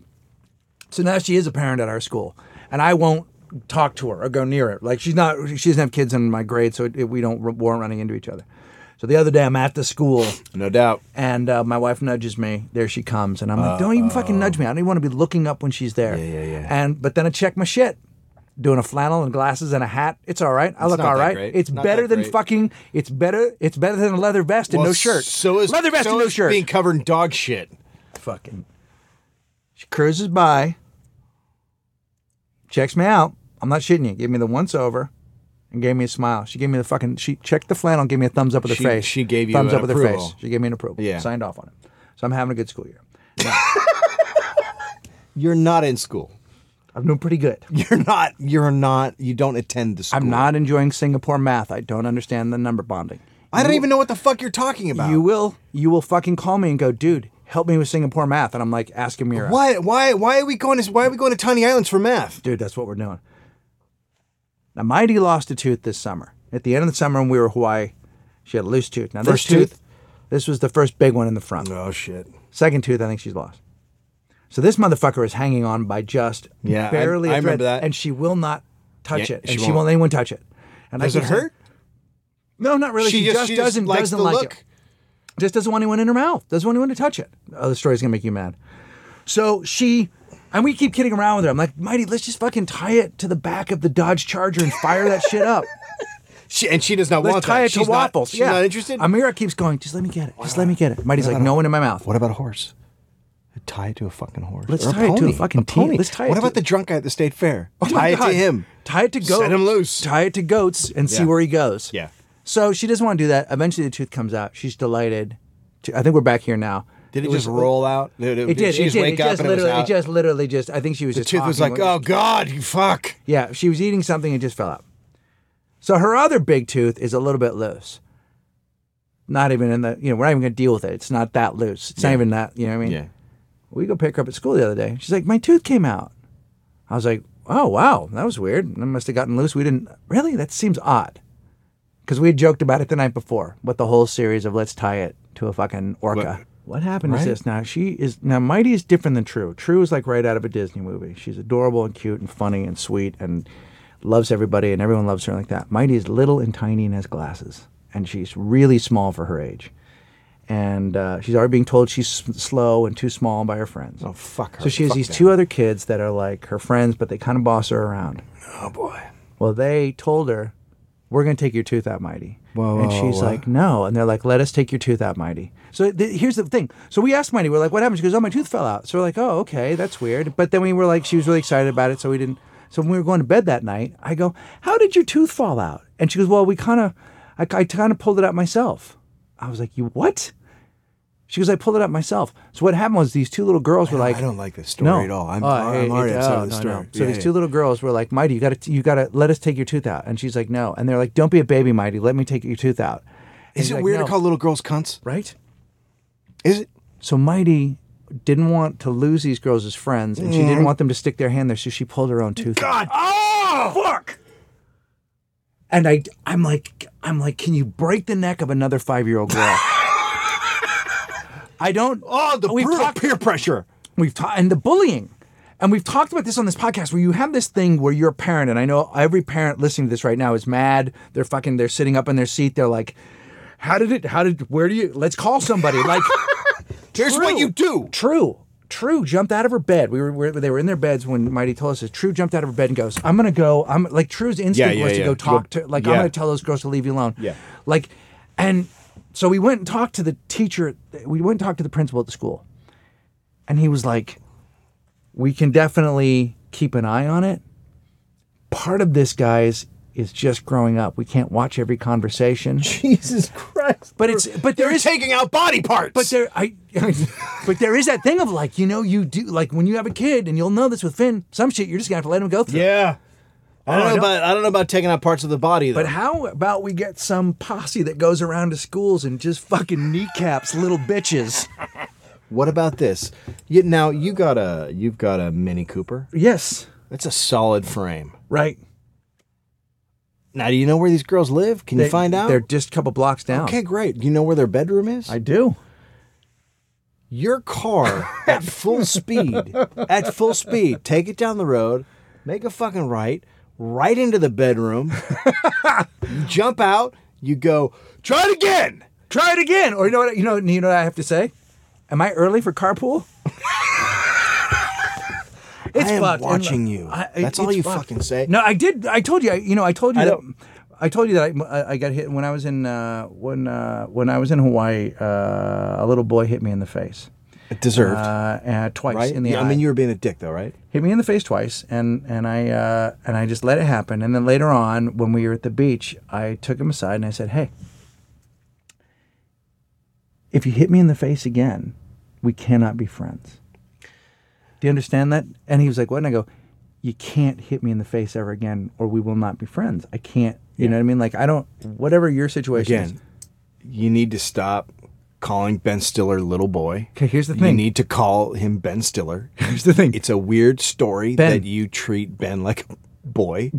S1: So now she is a parent at our school, and I won't talk to her or go near her. Like she's not, she doesn't have kids in my grade, so it, it- we don't warrant running into each other. So the other day, I'm at the school,
S2: No doubt.
S1: and uh, my wife nudges me. There she comes, and I'm like, "Don't even fucking nudge me. I don't even want to be looking up when she's there."
S2: yeah, yeah.
S1: And but then I check my shit, doing a flannel and glasses and a hat. It's all right. I look
S2: not
S1: all
S2: that
S1: right.
S2: great.
S1: It's
S2: Not
S1: better
S2: that
S1: than
S2: great.
S1: fucking. It's better. It's better than a leather vest and
S2: Well,
S1: no shirt.
S2: So is
S1: leather vest
S2: so
S1: and no
S2: is
S1: shirt.
S2: being covered in dog shit.
S1: Fucking. She cruises by, checks me out. I'm not shitting you. Gave me the once over, and gave me a smile. She gave me the fucking. She checked the flannel, and gave me a thumbs up with her
S2: She-
S1: face.
S2: she gave you
S1: thumbs
S2: an
S1: up with her
S2: approval.
S1: face. She gave me an approval.
S2: Yeah.
S1: signed off on it. So I'm having a good school year.
S2: You're not in school.
S1: I'm doing pretty good.
S2: You're not. You're not. You don't attend the school.
S1: I'm not enjoying Singapore math. I don't understand the number bonding.
S2: I don't even know what the fuck you're talking about.
S1: You will, you will fucking call me and go, dude, help me with Singapore math, and I'm like, ask him your
S2: Why? Why? Why are we going to? Why are we going to tiny islands for math?
S1: dude, that's what we're doing. Now, Mighty lost a tooth this summer. At the end of the summer, when we were in Hawaii, she had a loose tooth. Now, this
S2: First tooth?
S1: this was the first big one in the front.
S2: Oh shit.
S1: Second tooth, I think she's lost. So this motherfucker is hanging on by just
S2: Yeah, I-
S1: barely. a
S2: I remember
S1: thread,
S2: that.
S1: and she will not touch
S2: Yeah,
S1: it,
S2: she
S1: and she
S2: won't.
S1: won't let anyone touch it. And I
S2: Does it
S1: keep saying-
S2: hurt?
S1: No, not really. She, just, doesn't
S2: likes
S1: doesn't
S2: the
S1: like
S2: look.
S1: it. Just doesn't want anyone in her mouth. Doesn't want anyone to touch it. Oh, the story's gonna make you mad. So she and we keep kidding around with her. I'm like, Mighty, let's just fucking tie it to the back of the Dodge Charger and fire that shit up.
S2: She, and she does not want
S1: Let's tie
S2: that.
S1: it to
S2: she's
S1: waffles.
S2: Not, she's
S1: yeah.
S2: not interested.
S1: Amira keeps going, just let me get it. Just let me get it. Mighty's like, no one in my mouth.
S2: What about a horse? Tie it to a fucking horse.
S1: Let's
S2: Or
S1: tie it to a
S2: pony.
S1: fucking team.
S2: pony.
S1: Let's tie it
S2: What
S1: to- Oh
S2: about the drunk guy at the state fair? tie
S1: my
S2: it
S1: God.
S2: to him.
S1: Tie it to goats.
S2: Set him loose.
S1: Tie it to goats and see
S2: Yeah.
S1: where he goes.
S2: Yeah.
S1: So she doesn't want to do that. Eventually the tooth comes out. She's delighted. To, I think we're back here now.
S2: Did it,
S1: was-
S2: just roll out? Did,
S1: It did.
S2: She
S1: It
S2: just
S1: did.
S2: wake
S1: it
S2: up
S1: just
S2: and it was
S1: literally,
S2: out.
S1: it just literally just. I think she was
S2: the
S1: just.
S2: tooth was
S1: talking
S2: like,
S1: when-
S2: oh god, you fuck.
S1: Yeah, she was eating something and just fell out. So her other big tooth is a little bit loose. Not even in the. You know, we're not even going to deal with it. It's not that loose. It's not even that. You know what I mean? We go pick her up at school the other day. She's like, my tooth came out. I was like, oh wow, that was weird. That must have gotten loose. We didn't really. That seems odd. Because we had joked about it the night before with the whole series of let's tie it to a fucking orca. What happened is this now? She is now Mighty is different than True. True is like right out of a Disney movie. She's adorable and cute and funny and sweet and loves everybody and everyone loves her like that. Mighty is little and tiny and has glasses and she's really small for her age. And uh, she's already being told she's s- slow and too small by her friends.
S2: Oh fuck her.
S1: So she has
S2: Fuck
S1: these
S2: that.
S1: two other kids that are like her friends, but they kind of boss her around.
S2: Oh boy.
S1: Well, they told her, "We're going to take your tooth out, Mighty."
S2: Whoa,
S1: and
S2: whoa,
S1: she's
S2: whoa.
S1: like, "No," and they're like, "Let us take your tooth out, Mighty." So th- here's the thing. So we asked Mighty, we're like, "What happened?" She goes, "Oh, my tooth fell out." So we're like, "Oh, okay, that's weird." But then we were like, she was really excited about it, so we didn't. So when we were going to bed that night, I go, "How did your tooth fall out?" And she goes, "Well, we kind of, I, I kind of pulled it out myself." I was like, "You what?" She goes, "I pulled it out myself." So what happened was these two little girls were like,
S2: I don't like this story at all. I'm,
S1: Oh,
S2: I'm
S1: it-
S2: already
S1: it-
S2: upset
S1: oh,
S2: with the
S1: no,
S2: story.
S1: no. So
S2: Yeah,
S1: these
S2: yeah.
S1: two little girls were like, "Mighty, you gotta, you gotta let us take your tooth out," and she's like, "No," and they're like, "Don't be a baby, Mighty. Let me take your tooth out." And
S2: Is
S1: he's
S2: it
S1: like,
S2: weird
S1: "No."
S2: to call little girls cunts?
S1: right?
S2: Is it?
S1: So Mighty didn't want to lose these girls as friends, and she didn't want them to stick their hand there, so she pulled her own tooth. out.
S2: God. Oh fuck.
S1: And I, I'm like, I'm like, can you break the neck of another five year old girl? I don't.
S2: Oh, the
S1: We've
S2: brutal
S1: talked-
S2: peer pressure.
S1: We've ta- and the bullying. And we've talked about this on this podcast where you have this thing where you're a parent, and I know every parent listening to this right now is mad. They're fucking they're sitting up in their seat. They're like, How did it how did where do you let's call somebody? Like
S2: Here's what
S1: True.
S2: you do.
S1: True. True jumped out of her bed. We were, we were- they were in their beds when Mighty told us this. True jumped out of her bed and goes, "I'm gonna go." I'm like True's instinct
S2: Yeah, yeah,
S1: was to
S2: yeah.
S1: go talk to like I'm
S2: Yeah.
S1: gonna tell those girls to leave you alone.
S2: Yeah.
S1: Like, and so we went and talked to the teacher. We went and talked to the principal at the school, and he was like, "We can definitely keep an eye on it. Part of this, guys, is just growing up. We can't watch every conversation,
S2: Jesus Christ.
S1: but it's but there
S2: They're
S1: is
S2: taking out body parts.
S1: but there, I, but there is that thing of like, you know, you do like when you have a kid, and you'll know this with Finn. Some shit you're just gonna have to let him go through.
S2: yeah. I don't
S1: I
S2: know
S1: don't-
S2: about I don't know about taking out parts of the body though.
S1: But how about we get some posse that goes around to schools and just fucking kneecaps little bitches?
S2: what about this? You, now you got a you've got a Mini Cooper.
S1: Yes,
S2: That's a solid frame.
S1: right.
S2: Now do you know where these girls live? Can you find out?
S1: They're just a couple blocks down.
S2: okay, great. Do you know where their bedroom is?
S1: I do.
S2: your car at full speed, at full speed, take it down the road, make a fucking right, right into the bedroom, you jump out, you go, try it again.
S1: Try it again, or you know what? You know, you know what I have to say. Am I early for carpool? It's
S2: I am
S1: fucked. And
S2: watching
S1: look,
S2: you.
S1: I-
S2: That's all
S1: it's
S2: you
S1: fucked.
S2: fucking say.
S1: No, I did. I told you. I, you know, I told you
S2: I
S1: that.
S2: don't-
S1: I told you that I- I, I got hit when I was in uh, when uh, when I was in Hawaii. Uh, a little boy hit me in the face
S2: It deserved,
S1: uh, and twice
S2: right?
S1: in the
S2: yeah,
S1: eye.
S2: I mean, you were being a dick though, right?
S1: hit me in the face twice, and and I uh, and I just let it happen. And then later on, when we were at the beach, I took him aside and I said, "Hey, if you hit me in the face again, we cannot be friends. Do you understand that?" And he was like, "What?" And I go, you can't hit me in the face ever again, or we will not be friends. I can't. You know what I mean? Like I don't. Whatever your situation is.
S2: Again, you need to stop calling Ben Stiller little boy.
S1: 'Kay, here's the
S2: You
S1: thing.
S2: need to call him Ben Stiller.
S1: Here's the thing,
S2: It's a weird story
S1: Ben.
S2: that you treat Ben like a boy.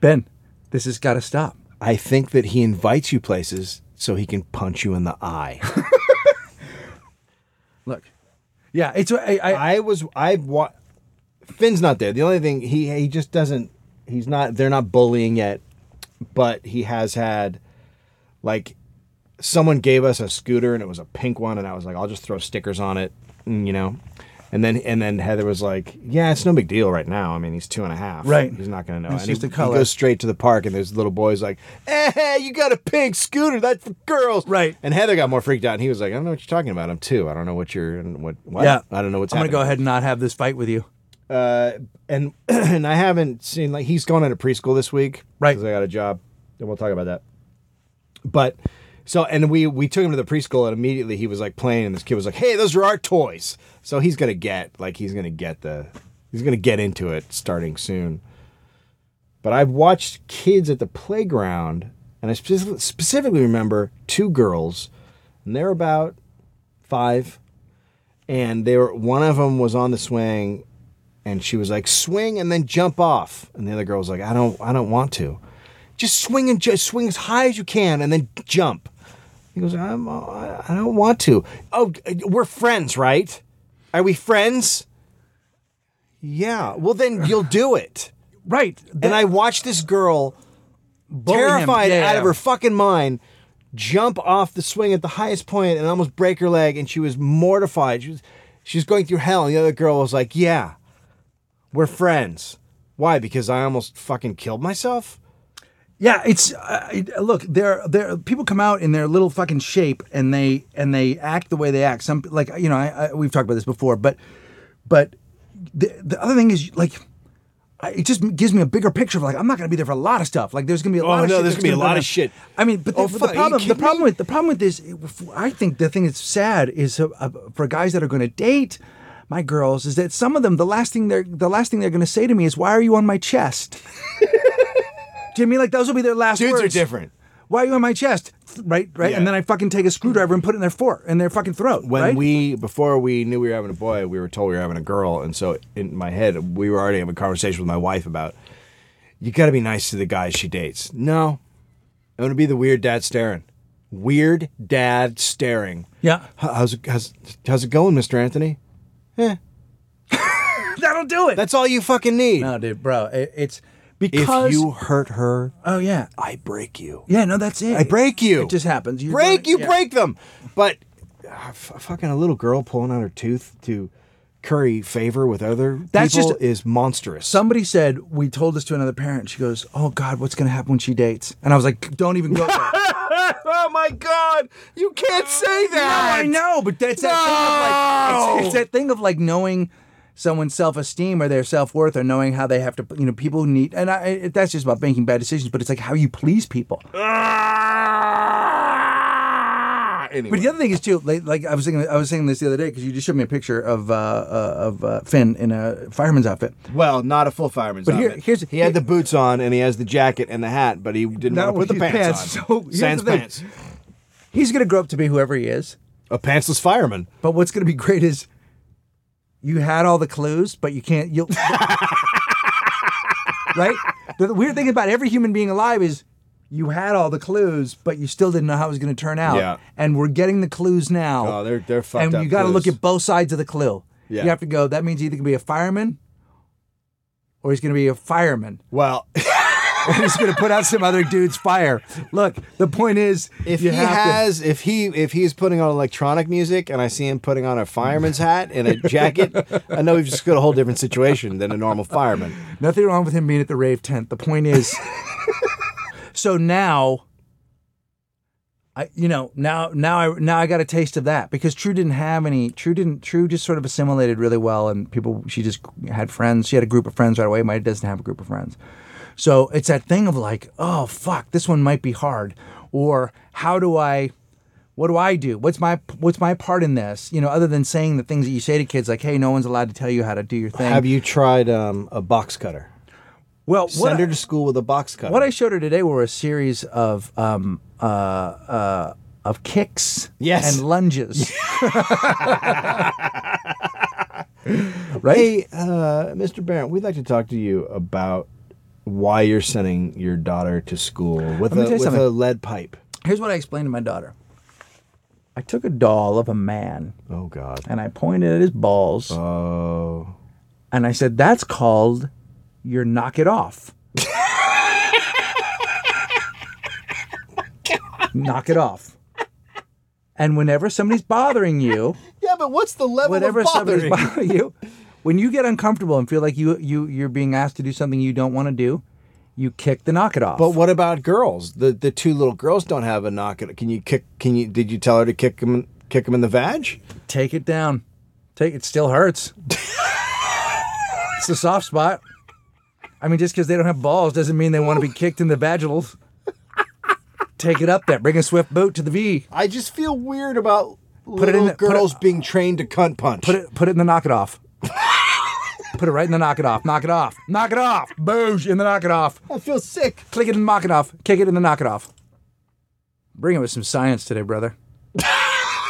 S1: Ben. This has got to stop.
S2: I think that he invites you places so he can punch you in the eye.
S1: Look. Yeah, it's. I, I,
S2: I was I wa- Finn's not there. The only thing he he just doesn't he's not they're not bullying yet, but he has had like someone gave us a scooter and it was a pink one and I was like I'll just throw stickers on it, and, you know. And then and then Heather was like, "Yeah, it's no big deal right now. I mean, he's two and a half.
S1: Right.
S2: He's not going to know."
S1: It's
S2: and
S1: just
S2: he,
S1: a color.
S2: he goes straight to the park, and there's little boys like, "Hey, you got a pink scooter? That's for girls."
S1: Right.
S2: And Heather got more freaked out, and he was like, "I don't know what you're talking about. I'm two. I don't know what you're and what. what?
S1: yeah.
S2: I don't know what's
S1: I'm
S2: happening."
S1: gonna go ahead and not have this fight with you.
S2: uh, and and I haven't seen like he's going into preschool this week,
S1: Right.
S2: Because I got a job, and we'll talk about that. But so and we we took him to the preschool, and immediately he was like playing, and this kid was like, "Hey, those are our toys." So he's gonna get like he's gonna get the he's gonna get into it starting soon. But I've watched kids at the playground, and I spec- specifically remember two girls, and they're about five, and they were one of them was on the swing, and she was like, "Swing and then jump off," and the other girl was like, "I don't, I don't want to, just swing and just swing as high as you can and then jump." He goes, "I'm, uh, I I don't want to." Oh, we're friends, right? Are we friends? Yeah. Well, then you'll do it.
S1: Right.
S2: And I watched this girl
S1: Bully him.
S2: terrified
S1: Yeah,
S2: out
S1: yeah.
S2: of her fucking mind jump off the swing at the highest point and almost break her leg and she was mortified she was she was going through hell and the other girl was like yeah we're friends why because i almost fucking killed myself
S1: Yeah, it's uh, it- look. There, there. People come out in their little fucking shape, and they and they act the way they act. Some like you know, I, I, we've talked about this before, but but the the other thing is like. I, it just gives me a bigger picture of like I'm not going to be there for a lot of stuff. Like there's going to be a lot. of
S2: Oh, no,
S1: shit
S2: there's
S1: that's
S2: gonna be a lot
S1: go
S2: of
S1: down.
S2: shit.
S1: I mean, but the,
S2: Oh,
S1: but
S2: fuck,
S1: the
S2: are you
S1: problem, the
S2: kidding
S1: problem
S2: me?
S1: with the problem with this, I think the thing that's sad is uh, uh, for guys that are going to date my girls is that some of them the last thing they're the last thing they're going to say to me is why are you on my chest. Do you know what I mean like those will be their last
S2: dudes are
S1: words?
S2: different
S1: why are you on my chest? Right, right.
S2: Yeah.
S1: And then I fucking take a screwdriver and put it in their fore in their fucking throat.
S2: when
S1: right?
S2: we before we knew we were having a boy we were told we were having a girl and so in my head we were already having a conversation with my wife about you got to be nice to the guys she dates no i'm gonna be the weird dad staring weird dad staring
S1: yeah,
S2: How- How's it, how's, how's it going, Mr. Anthony?
S1: that'll do it.
S2: That's all you fucking need.
S1: no, dude, bro, it, it's
S2: if
S1: because
S2: you hurt her,
S1: Oh yeah,
S2: I break you.
S1: yeah. No, that's it.
S2: I break you.
S1: It just happens. You're
S2: break,
S1: gonna-
S2: you
S1: yeah.
S2: break them. But ah, f- fucking a little girl pulling out her tooth to curry favor with other
S1: That's
S2: people
S1: just-
S2: is monstrous.
S1: Somebody said we told this to another parent. She goes, "Oh God, what's gonna happen when she dates?" And I was like, "Don't even go there."
S2: oh my God. You can't say
S1: No, I know, but that's that thing of like it's, it's that thing of like knowing someone's self-esteem or their self-worth or knowing how they have to you know people need and I, it- that's just about making bad decisions but it's like how you please people
S2: Ah, Anyway.
S1: but the other thing is too like, like i was thinking i was saying this the other day because you just showed me a picture of uh, uh of uh, finn in a fireman's outfit
S2: Well, not a full fireman's
S1: here-
S2: outfit.
S1: here's-
S2: he had the boots on and he has the jacket and the hat, but he didn't
S1: Not
S2: want to put the
S1: with
S2: pants,
S1: pants,
S2: on.
S1: so here's
S2: Sans
S1: the thing.
S2: pants.
S1: he's gonna grow up to be whoever he is
S2: A pantsless fireman.
S1: but what's gonna be great is you had all the clues but you can't you'll right? The, the weird thing about every human being alive is you had all the clues, but you still didn't know how it was going to turn out.
S2: Yeah.
S1: And we're getting the clues now.
S2: Oh, they're- they're fucked
S1: And
S2: up
S1: you got to look
S2: clues.
S1: at both sides of the clue.
S2: Yeah.
S1: You have to go. That means either going to be a fireman, or he's going to be a fireman,
S2: Well,
S1: or he's going to put out some other dude's fire. Look, the point is,
S2: if
S1: you
S2: he
S1: have to-
S2: has, if he if he's putting on electronic music, and I see him putting on a fireman's hat and a jacket, I know he's just got a whole different situation than a normal fireman.
S1: Nothing wrong with him being at the rave tent. The point is, so now, I you know now now I now I got a taste of that because True didn't have any. True didn't. True just sort of assimilated really well, and people. She just had friends. She had a group of friends right away. Mine doesn't have a group of friends. So it's that thing of like, oh fuck, this one might be hard, or how do I What do I do? What's my what's my part in this? You know, other than saying the things that you say to kids, like, "Hey, no one's allowed to tell you how to do your thing."
S2: Have you tried um, a box cutter?
S1: well, what
S2: Send her
S1: I-
S2: to school with a box cutter.
S1: What I showed her today were a series of um, uh, uh, of kicks
S2: Yes.
S1: and lunges. right?
S2: hey, uh, Mr. Barron, we'd like to talk to you about why you're sending your daughter to school with,
S1: me
S2: a,
S1: tell you
S2: with
S1: something.
S2: a lead pipe.
S1: Here's what I explained to my daughter. I took a doll of a man
S2: Oh God.
S1: and I pointed at his balls
S2: Oh.
S1: and I said, "That's called your knock it off." knock it off. And whenever somebody's bothering you,
S2: Yeah, but what's the level
S1: whatever
S2: of
S1: somebody's
S2: bothering?
S1: bothering you, when you get uncomfortable and feel like you you you're being asked to do something you don't want to do, you kick the knock it off.
S2: But what about girls? The the two little girls don't have a knock. At, can you kick? Can you? Did you tell her to kick them? Kick them in the vag?
S1: Take it down. Take it still hurts. it's a soft spot. I mean, just because they don't have balls doesn't mean they want to be kicked in the vaginals. Take it up there. Bring a swift boot to the V.
S2: I just feel weird about
S1: it in
S2: little
S1: the- put it-
S2: girls being trained to cunt punch.
S1: Put it, put it in the knock it off. put it right in the knock it off. Knock it off. Knock it off. Boosh in the knock it off.
S2: I feel sick.
S1: Click it and knock it off. Kick it and then knock it off. Bring it with some science today, brother.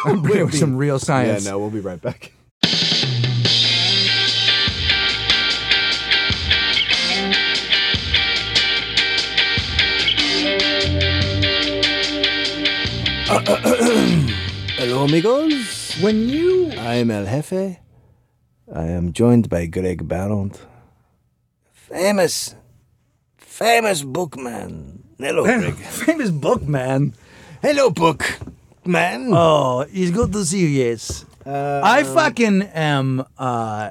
S1: Bring it with some real
S2: Yeah,
S1: science.
S2: no, we'll be right back. Hello, amigos.
S1: When you
S2: I am El Jefe. I am joined by Greg Barrond. Famous, famous bookman. Hello, Greg.
S1: famous book man.
S2: Hello, bookman.
S1: Oh, it's good to see you. Yes, I fucking am. Uh,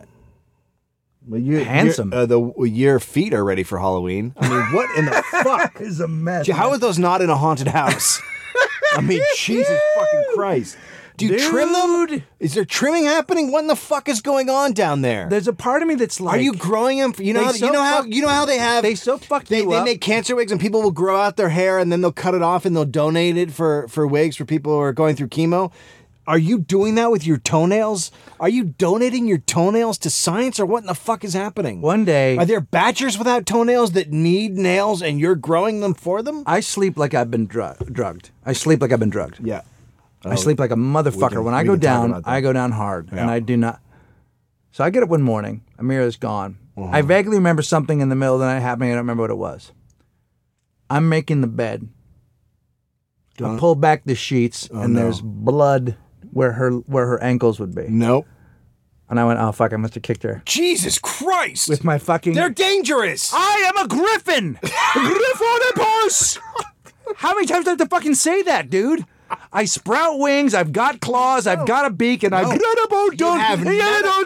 S2: Well, you're,
S1: Handsome.
S2: You're, uh, the your feet are ready for Halloween. I mean, what in the fuck?
S1: is a mess.
S2: How are those not in a haunted house? I mean, Jesus fucking Christ! Do you trim them?
S1: Dude.
S2: Is there trimming happening? What in the fuck is going on down there?
S1: There's a part of me that's like,
S2: are you growing them? You know,
S1: They
S2: how,
S1: so
S2: you know how
S1: fuck-
S2: you know how they have
S1: they so fucked
S2: they,
S1: you
S2: they
S1: up.
S2: make cancer wigs and people will grow out their hair and then they'll cut it off and they'll donate it for for wigs for people who are going through chemo. Are you doing that with your toenails? Are you donating your toenails to science or what in the fuck is happening?
S1: One day,
S2: Are there badgers without toenails that need nails and you're growing them for them?
S1: I sleep like I've been drug drugged. I sleep like I've been drugged.
S2: Yeah.
S1: I sleep like a motherfucker.
S2: can-
S1: when I
S2: Oh, we
S1: go
S2: can talk
S1: down,
S2: about that.
S1: I go down hard,
S2: Yeah.
S1: and I do not. So I get up one morning. Amira's gone.
S2: Mm-hmm.
S1: I vaguely remember something in the middle of the night happening. I don't remember what it was. I'm making the bed. I pull back the sheets,
S2: Oh,
S1: and there's blood where her where her ankles would be.
S2: Nope.
S1: And I went, "Oh fuck! I must have kicked her
S2: Jesus Christ!
S1: with my fucking."
S2: They're dangerous!
S1: I am a griffin. Griffonibus. How many times do I have to fucking say that, dude? I sprout wings. I've got claws. I've got a beak, and I'm
S2: have none of-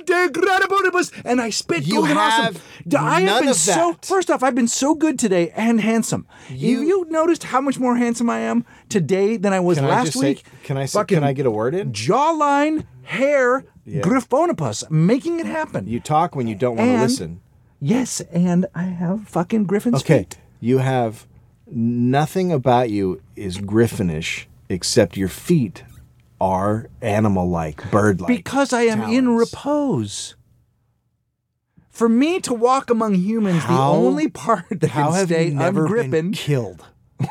S1: gratibodonibus, and I spit
S2: You
S1: golden awesome.
S2: have
S1: D- I
S2: none
S1: have been
S2: of
S1: so.
S2: that.
S1: First off, I've been so good today and handsome. You, you noticed how much more handsome I am today than I was
S2: Can I
S1: last
S2: just say-
S1: week.
S2: can I say-
S1: Fucking
S2: can I get a word in?
S1: Jawline, hair, griffonibus, making it happen.
S2: You talk when you don't want to
S1: And-
S2: listen.
S1: Yes, and I have fucking griffin's
S2: Okay.
S1: feet.
S2: You have nothing about you is griffinish except your feet are animal like, bird like.
S1: Because I am in
S2: talents.
S1: repose. For me to walk among humans,
S2: How-
S1: the only part that
S2: How
S1: can
S2: have
S1: stay
S2: you never been
S1: ungrippin
S2: killed?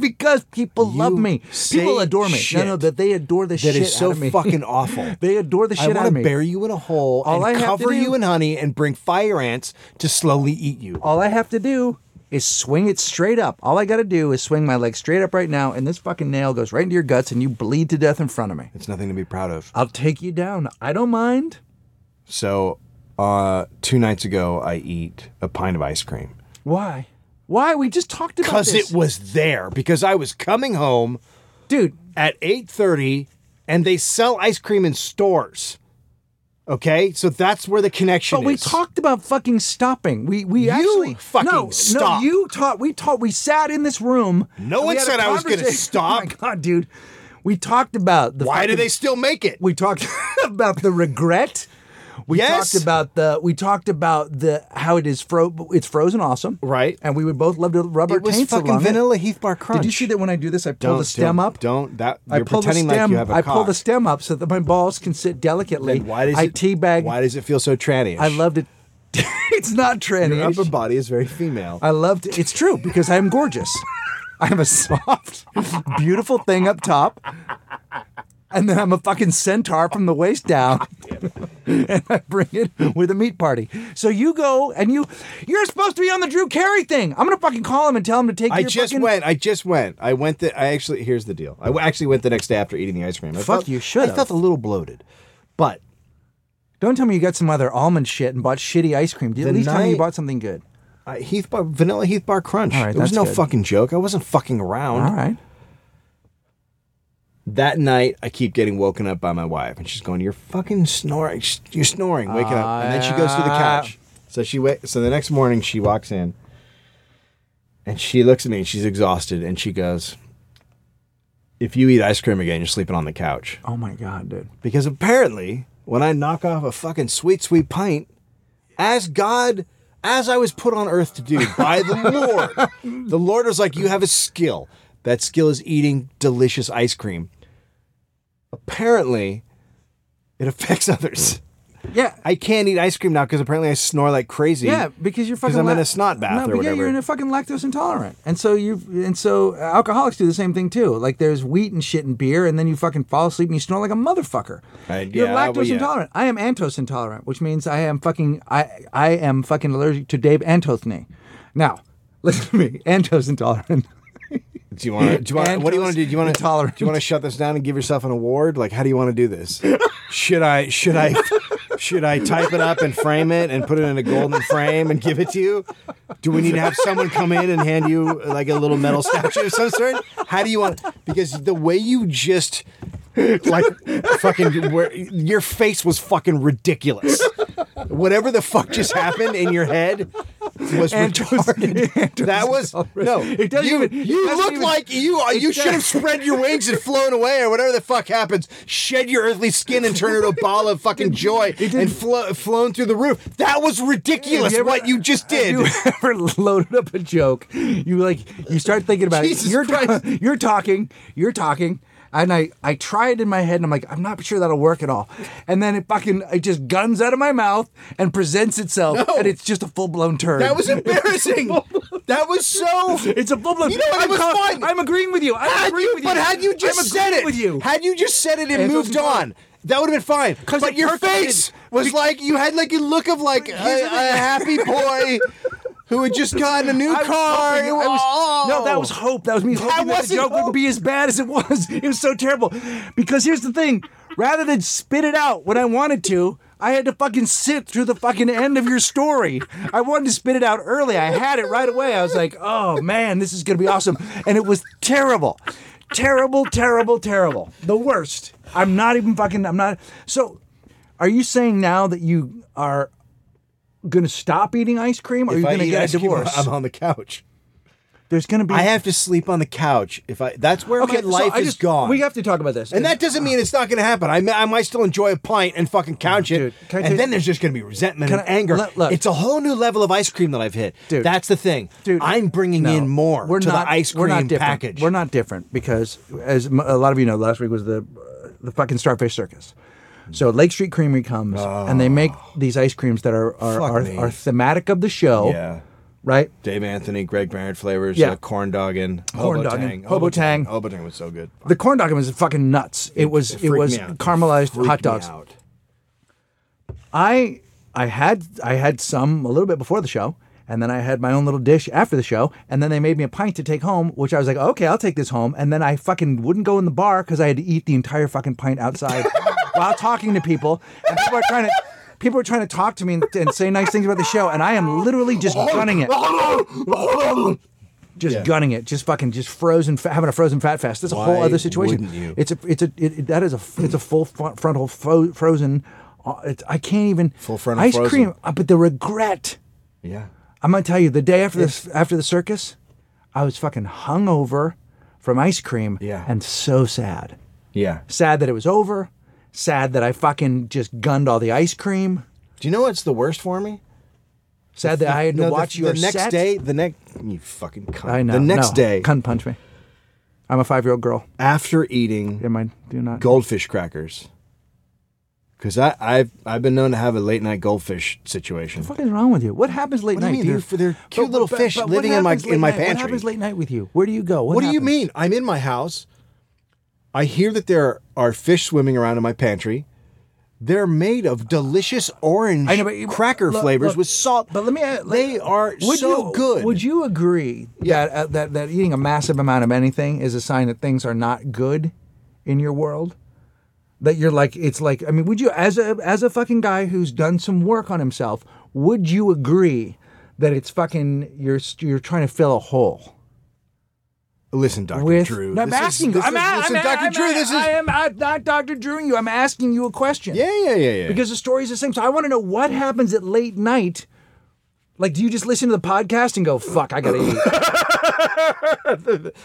S1: because people love
S2: You
S1: me.
S2: say
S1: People adore me. No,
S2: shit
S1: no, that they adore the
S2: That is
S1: shit out
S2: so
S1: of me.
S2: fucking awful.
S1: they adore the
S2: I
S1: shit out
S2: want
S1: of
S2: to
S1: me.
S2: bury you in a hole
S1: All I
S2: and
S1: have to
S2: cover
S1: do-
S2: you in honey and bring fire ants to slowly eat you.
S1: All I have to do is swing it straight up. All I got to do is swing my leg straight up right now, and this fucking nail goes right into your guts, and you bleed to death in front of me.
S2: It's nothing to be proud of.
S1: I'll take you down. I don't mind.
S2: So, uh, two nights ago, I eat a pint of ice cream
S1: Why? Why? We just talked about
S2: because
S1: this.
S2: it was there. Because I was coming home
S1: Dude,
S2: at eight thirty, and they sell ice cream in stores. Okay, so that's where the connection
S1: But we
S2: is.
S1: talked about fucking stopping. We we actually
S2: fucking
S1: no,
S2: stopped.
S1: No, you taught. We taught. We sat in this room.
S2: No
S1: and we
S2: one
S1: had a
S2: said I was gonna
S1: conversation-
S2: stop.
S1: Oh my god, dude. We talked about the.
S2: Why do
S1: fucking-
S2: they still make it?
S1: We talked about the regret. We
S2: Yes.
S1: talked about the we talked about the how it is fro it's frozen awesome.
S2: Right.
S1: And we would both love to rub our
S2: It was
S1: taints
S2: fucking
S1: along it.
S2: vanilla Heath Bar Crunch.
S1: Did you see that when I do this I pull
S2: Don't-
S1: the stem
S2: don't-
S1: up?
S2: Don't that
S1: I
S2: you're
S1: pull the
S2: pretting
S1: stem.
S2: like you have a
S1: I pull
S2: cock.
S1: the stem up so that my balls can sit delicately.
S2: Then why does
S1: I
S2: it,
S1: teabag.
S2: Why does it feel so tranny?
S1: I love to. it's not
S2: your upper
S1: tranny.
S2: body is very female.
S1: I love to. It's true because I'm gorgeous. I'm a soft, beautiful thing up top, and then I'm a fucking centaur from the waist down. and I bring it with a meat party. So you go and you, you're supposed to be on the Drew Carey thing. I'm gonna fucking call him and tell him to take.
S2: I
S1: your
S2: just
S1: fucking-
S2: went. I just went. I went. The, I actually. Here's the deal. I w- actually went the next day after eating the ice cream. I
S1: Fuck,
S2: felt-
S1: you should've.
S2: I felt a little bloated, but
S1: Don't tell me you got some other almond shit and bought shitty ice cream. At
S2: The
S1: least tell me you
S2: night-
S1: bought something good.
S2: uh, Heath Bar, vanilla Heath Bar Crunch.
S1: All right,
S2: it was
S1: that's
S2: no
S1: good.
S2: fucking joke. I wasn't fucking around.
S1: All right.
S2: That night, I keep getting woken up by my wife, and she's going, "You're fucking snoring. Sh- You're snoring. Wake up!" And then she goes to
S1: Ah.
S2: the couch. So she wa- So the next morning, she walks in, and she looks at me, and she's exhausted, and she goes, "If you eat ice cream again, you're sleeping on the couch."
S1: Oh my god, dude.
S2: Because apparently, when I knock off a fucking sweet, sweet pint, as God, as I was put on earth to do by the Lord, the Lord was like, You have a skill. That skill is eating delicious ice cream. Apparently, it affects others.
S1: Yeah.
S2: I can't eat ice cream now because apparently I snore like crazy.
S1: Yeah, because you're fucking.
S2: I'm in
S1: lac-
S2: a snot bath
S1: no,
S2: or
S1: but
S2: whatever.
S1: Yeah, you're in a fucking lactose intolerant, and so you and so uh, alcoholics do the same thing too. Like there's wheat and shit and beer, and then you fucking fall asleep and you snore like a motherfucker.
S2: Right,
S1: you're
S2: yeah, well,
S1: lactose
S2: yeah.
S1: intolerant. I am antos intolerant, which means I am fucking I I am fucking allergic to Dave Antothny. Now listen to me, antos intolerant.
S2: Do you want to? Do you want? What do you want to do? Do you want to?
S1: Intolerant.
S2: Do you want to shut this down and give yourself an award? Like, how do you want to do this? Should I? Should I? Should I type it up and frame it and put it in a golden frame and give it to you? Do we need to have someone come in and hand you like a little metal statue of some sort? How do you want? Because the way you just like fucking where your face was fucking ridiculous. Whatever the fuck just happened in your head was retarded. that was no.
S1: It doesn't
S2: you,
S1: even- it
S2: you
S1: doesn't
S2: look
S1: even-
S2: like you are. You
S1: does-
S2: should have spread your wings and flown away, or whatever the fuck happens. Shed your earthly skin and turn into a ball of fucking joy and flo- flown through the roof. That was
S1: Have
S2: ridiculous.
S1: you ever-
S2: what you just did.
S1: Have you ever loaded up a joke? You like you start thinking about
S2: Jesus
S1: it. You're ta-
S2: Christ.
S1: you're talking, you're talking, and I I try it in my head, and I'm like, I'm not sure that'll work at all. And then it fucking it just guns out of my mouth and presents itself,
S2: No.
S1: and it's just a full blown turn.
S2: that was embarrassing. that was so.
S1: It's a full blown.
S2: You know what? It
S1: I'm,
S2: was
S1: call-
S2: fun.
S1: I'm agreeing with you. I'm
S2: Had
S1: agreeing
S2: you-
S1: with you.
S2: but had you just
S1: I'm
S2: said
S1: agreeing
S2: it,
S1: with you.
S2: had you just said it and
S1: It
S2: moved
S1: doesn't work.
S2: on, that would have been fine.
S1: 'Cause
S2: But
S1: it
S2: your
S1: percolated.
S2: face was like you had like a look of like a,
S1: here's the thing.
S2: a happy boy who had just gotten a new
S1: I was
S2: car.
S1: hoping- I was-
S2: Oh.
S1: no, that was hope. That was me hoping that the
S2: wasn't
S1: joke
S2: hope.
S1: wouldn't be as bad as it was. It was so terrible. Because here's the thing: rather than spit it out when I wanted to, I had to fucking sit through the fucking end of your story. I wanted to spit it out early. I had it right away. I was like, "Oh man, this is gonna be awesome," and it was terrible, terrible, terrible, terrible. The worst. I'm not even fucking. I'm not. So, are you saying now that you are? Gonna stop eating ice cream, or are you
S2: If I
S1: gonna
S2: eat
S1: get a
S2: ice cream,
S1: divorce?
S2: I'm on the couch.
S1: There's gonna be.
S2: I have to sleep on the couch. If I that's where my
S1: so
S2: life
S1: I
S2: is
S1: just-
S2: gone.
S1: We have to talk about this.
S2: and that doesn't mean it's not going to happen. I, may, I might still enjoy a pint and fucking couch it.
S1: Dude, can I tell you-
S2: and then there's just going to be resentment
S1: Can
S2: and
S1: I-
S2: anger.
S1: look- look.
S2: It's a whole new level of ice cream that I've hit.
S1: Dude.
S2: That's the thing.
S1: Dude,
S2: I'm bringing
S1: No,
S2: in more
S1: We're
S2: to
S1: not
S2: the ice cream
S1: we're not different.
S2: package.
S1: We're not different because, as m- a lot of you know, last week was the uh, the fucking Starfish Circus. So Lake Street Creamery comes and they make these ice creams that are are,
S2: Oh. Fuck
S1: are,
S2: me.
S1: are thematic of the show,
S2: yeah.
S1: right?
S2: Dave Anthony, Greg Barrett flavors,
S1: Yeah.
S2: uh, corn doggin,
S1: Corn
S2: hobo
S1: doggin,
S2: tang,
S1: hobo tang.
S2: Hobo tang was so good.
S1: The corn dog was fucking nuts. It was it,
S2: freaked
S1: was
S2: me out.
S1: caramelized
S2: Freaked
S1: hot
S2: me
S1: dogs.
S2: out.
S1: I I had I had some a little bit before the show, and then I had my own little dish after the show, and then they made me a pint to take home, which I was like, okay, I'll take this home, and then I fucking wouldn't go in the bar because I had to eat the entire fucking pint outside while talking to people, and people are trying to. People are trying to talk to me and, and say nice things about the show, and I am literally just gunning it, just gunning it, just fucking, just frozen, fa- having a frozen fat fest. That's a whole
S2: Why
S1: other situation.
S2: wouldn't you?
S1: It's a, it's a, it, it- that is a, f- it's a full fro- frontal fro- frozen. uh, It's, I can't even
S2: Full frontal
S1: ice
S2: frozen.
S1: cream, uh, but the regret.
S2: Yeah.
S1: I'm gonna tell you, the day after this, after the circus, I was fucking hungover from ice cream
S2: Yeah.
S1: and so sad.
S2: Yeah.
S1: Sad that it was over. Sad that I fucking just gunned all the ice cream.
S2: Do you know what's the worst for me?
S1: Sad that I had to
S2: No, the-
S1: watch
S2: the,
S1: your
S2: next
S1: set.
S2: day. The next you fucking cunt.
S1: I know.
S2: The next
S1: no,
S2: day
S1: cunt punch me. I'm a five year old girl.
S2: after eating
S1: Am I? Do not.
S2: goldfish crackers, because I I've I've been known to have a late night goldfish situation.
S1: What the fuck is wrong with you? What happens late
S2: What do
S1: night?
S2: you mean?
S1: dude?
S2: They're- for- they're cute little fish
S1: what
S2: living in my-
S1: happens
S2: in
S1: late
S2: my
S1: night? What
S2: pantry.
S1: happens late night with you? Where do you go?
S2: What do you
S1: happens?
S2: mean? I'm in my house. I hear that there are fish swimming around in my pantry. They're made of delicious orange
S1: I know, but you-
S2: cracker
S1: look,
S2: flavors
S1: look,
S2: with salt.
S1: But let me. uh, let-
S2: they are
S1: would
S2: so
S1: you,
S2: good.
S1: Would you agree that, uh, that that eating a massive amount of anything is a sign that things are not good in your world? That you're like it's like I mean, would you as a as a fucking guy who's done some work on himself, would you agree that it's fucking you're you're trying to fill a hole?
S2: Listen, Doctor
S1: with
S2: Drew.
S1: No, I'm
S2: this is-
S1: asking
S2: this
S1: you. I'm,
S2: is-
S1: a-
S2: listen,
S1: I'm, a-
S2: Doctor
S1: I'm,
S2: Drew.
S1: a-
S2: This is
S1: I am uh, not Doctor Drew. You. I'm asking you a question.
S2: yeah, yeah, yeah, yeah.
S1: Because the story's the same. So I want to know what happens at late night. Like, do you just listen to the podcast and go, "Fuck, I gotta eat"?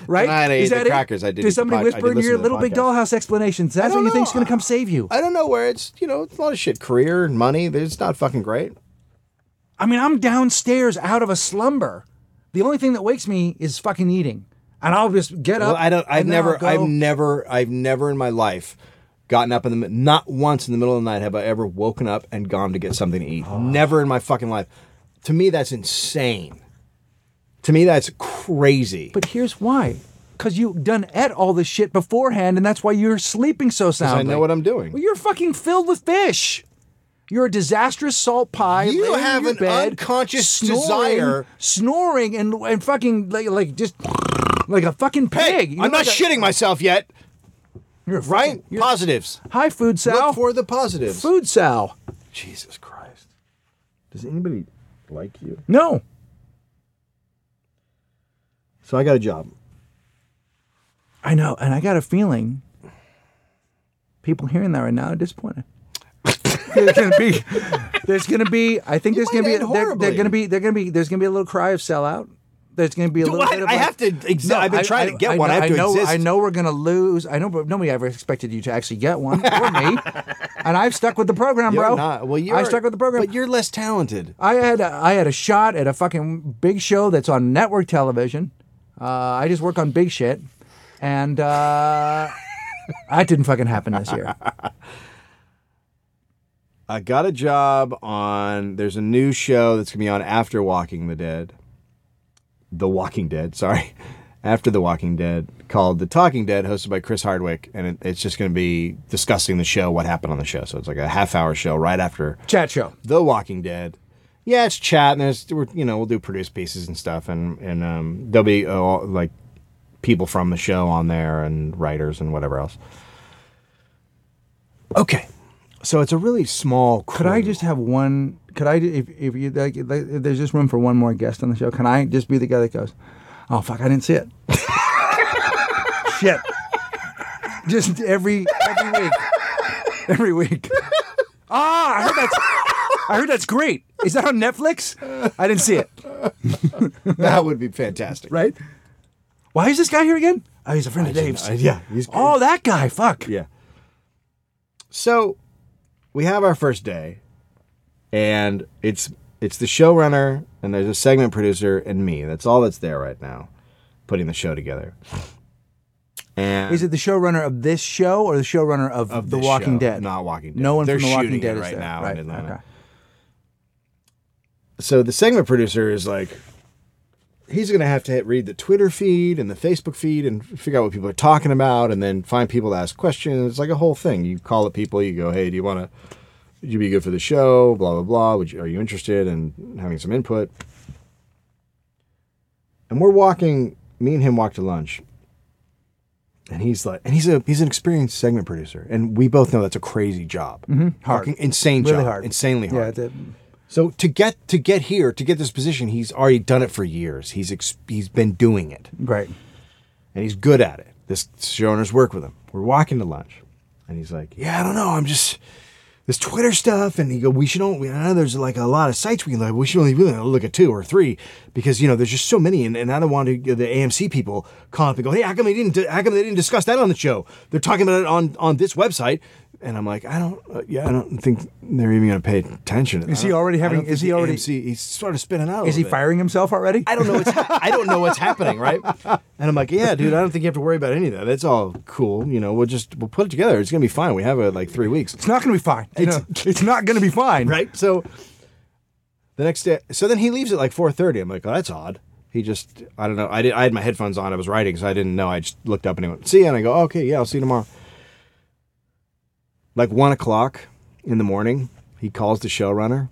S1: right?
S2: I ate
S1: Is
S2: the
S1: that it?
S2: crackers. I did eat the
S1: Did somebody
S2: pod- I did
S1: whisper in
S2: listen
S1: your
S2: to the
S1: little big
S2: podcast.
S1: dollhouse explanations? That's what
S2: don't
S1: you think's
S2: know.
S1: gonna come save you.
S2: I don't know where it's you know it's a lot of shit. Career and money. It's not fucking great.
S1: I mean, I'm downstairs out of a slumber. The only thing that wakes me is fucking eating, and I'll just get up.
S2: Well, I don't. I've
S1: and then I'll
S2: never.
S1: go-
S2: I've never. I've never in my life gotten up in the mi- not once in the middle of the night have I ever woken up and gone to get something to
S1: Ah.
S2: eat. Never in my fucking life. To me, that's insane. To me, that's crazy.
S1: But here's why. Because you done ate all this shit beforehand, and that's why you're sleeping so
S2: I
S1: soundly.
S2: know what I'm doing.
S1: Well, you're fucking filled with fish. You're a disastrous salt pie.
S2: You
S1: laying in
S2: have
S1: your
S2: an
S1: bed,
S2: unconscious
S1: snoring,
S2: desire-
S1: snoring, and and fucking like, like just like a fucking
S2: Hey,
S1: pig. You
S2: I'm
S1: know,
S2: not
S1: like a-
S2: shitting myself yet,
S1: You're a
S2: right?
S1: fucking- you're-
S2: Positives.
S1: Hi, food sow.
S2: Look for the positives.
S1: food sow.
S2: Jesus Christ. Does anybody like you?
S1: No.
S2: So I got a job.
S1: I know, and I got a feeling people hearing that right now are disappointed. there's gonna be, there's gonna be. I think there's
S2: might
S1: gonna be.
S2: end
S1: There,
S2: horribly.
S1: they're gonna be. They're gonna be. There's gonna be a little cry of sellout. There's gonna be a little
S2: I-
S1: bit of.
S2: I
S1: like-
S2: have to exa- I've been trying to get one. I have to
S1: know,
S2: exist.
S1: I know we're gonna lose. I know, but nobody ever expected you to actually get one or me. And I've stuck with the program,
S2: You're
S1: bro.
S2: not. Well, you're,
S1: I stuck with the program.
S2: But you're less talented.
S1: I had a, I had a shot at a fucking big show that's on network television. Uh, I just work on big shit, and uh, that didn't fucking happen this year.
S2: I got a job on. There's a new show that's gonna be on after Walking the Dead. The Walking Dead, sorry, after The Walking Dead, called The Talking Dead, hosted by Chris Hardwick, and it, it's just gonna be discussing the show, what happened on the show. So it's like a half hour show right after
S1: Chat show.
S2: The Walking Dead. Yeah, it's chat, and there's we're, you know we'll do produce pieces and stuff, and and um, there'll be uh, all, like people from the show on there and writers and whatever else. Okay, so it's a really small. Crew.
S1: Could I just have one? Could I, if, if you like, like, if there's just room for one more guest on the show, can I just be the guy that goes, "Oh fuck, I didn't see it." Shit. Just every every week, every week. Ah, I heard that's I heard that's great. Is that on Netflix? I didn't see it.
S2: that would be fantastic,
S1: Right? Why is this guy here again? Oh, he's a friend of Dave's.
S2: Uh, yeah, he's
S1: oh, that guy. Fuck.
S2: Yeah. So we have our first day, and it's it's the showrunner and there's a segment producer and me. That's all that's there right now, putting the show together. And
S1: Is it the showrunner of this show or the showrunner of, The
S2: this
S1: Walking
S2: show,
S1: Dead?
S2: Not Walking Dead.
S1: No one
S2: They're
S1: from The Walking
S2: shooting
S1: Dead
S2: it
S1: is
S2: right
S1: there.
S2: now
S1: right.
S2: in Atlanta.
S1: okay.
S2: so the segment producer is like he's going to have to hit read the twitter feed and the facebook feed and figure out what people are talking about and then find people to ask questions it's like a whole thing you call up people you go hey do you want to you be good for the show blah blah blah Would you, are you interested in having some input and we're walking me and him walk to lunch and he's like and he's a he's an experienced segment producer and we both know that's a crazy job
S1: Mm-hmm. Hard.
S2: Fucking insane
S1: Really
S2: job
S1: hard.
S2: insanely hard
S1: Yeah, it's a-
S2: so to get to get here, to get this position, he's already done it for years. He's ex- he's been doing it,
S1: right.
S2: and he's good at it. This showrunners work with him. We're walking to lunch, and he's like, "Yeah, I don't know. I'm just this Twitter stuff." And he go, "We should only. I know there's like a lot of sites we can look. We should only really look at two or three because you know there's just so many, and, and I don't want to the AMC people calling up and go, "Hey, how come they didn't? How come they didn't discuss that on the show? They're talking about it on on this website." and I'm like, I don't, uh, yeah, I don't think they're even going to pay attention.
S1: Is he already having- is he already-
S2: See, he's sort of spinning out. a
S1: Is he
S2: little bit.
S1: firing himself already?
S2: I don't know. What's ha- I don't know what's happening, right? And I'm like, yeah, dude, I don't think you have to worry about any of that. That's all cool. You know, we'll just we'll put it together. It's gonna be fine. We have uh, like three weeks,
S1: It's not going to be fine. You know, it's not going to be fine.
S2: right? So the next day, so then he leaves at like 4:30. I'm like, oh, that's odd. He just, I don't know. I did. I had my headphones on. I was writing, so I didn't know. I just looked up and he went, see, you," and I go, okay, yeah, I'll see you tomorrow. Like one o'clock in the morning, he calls the showrunner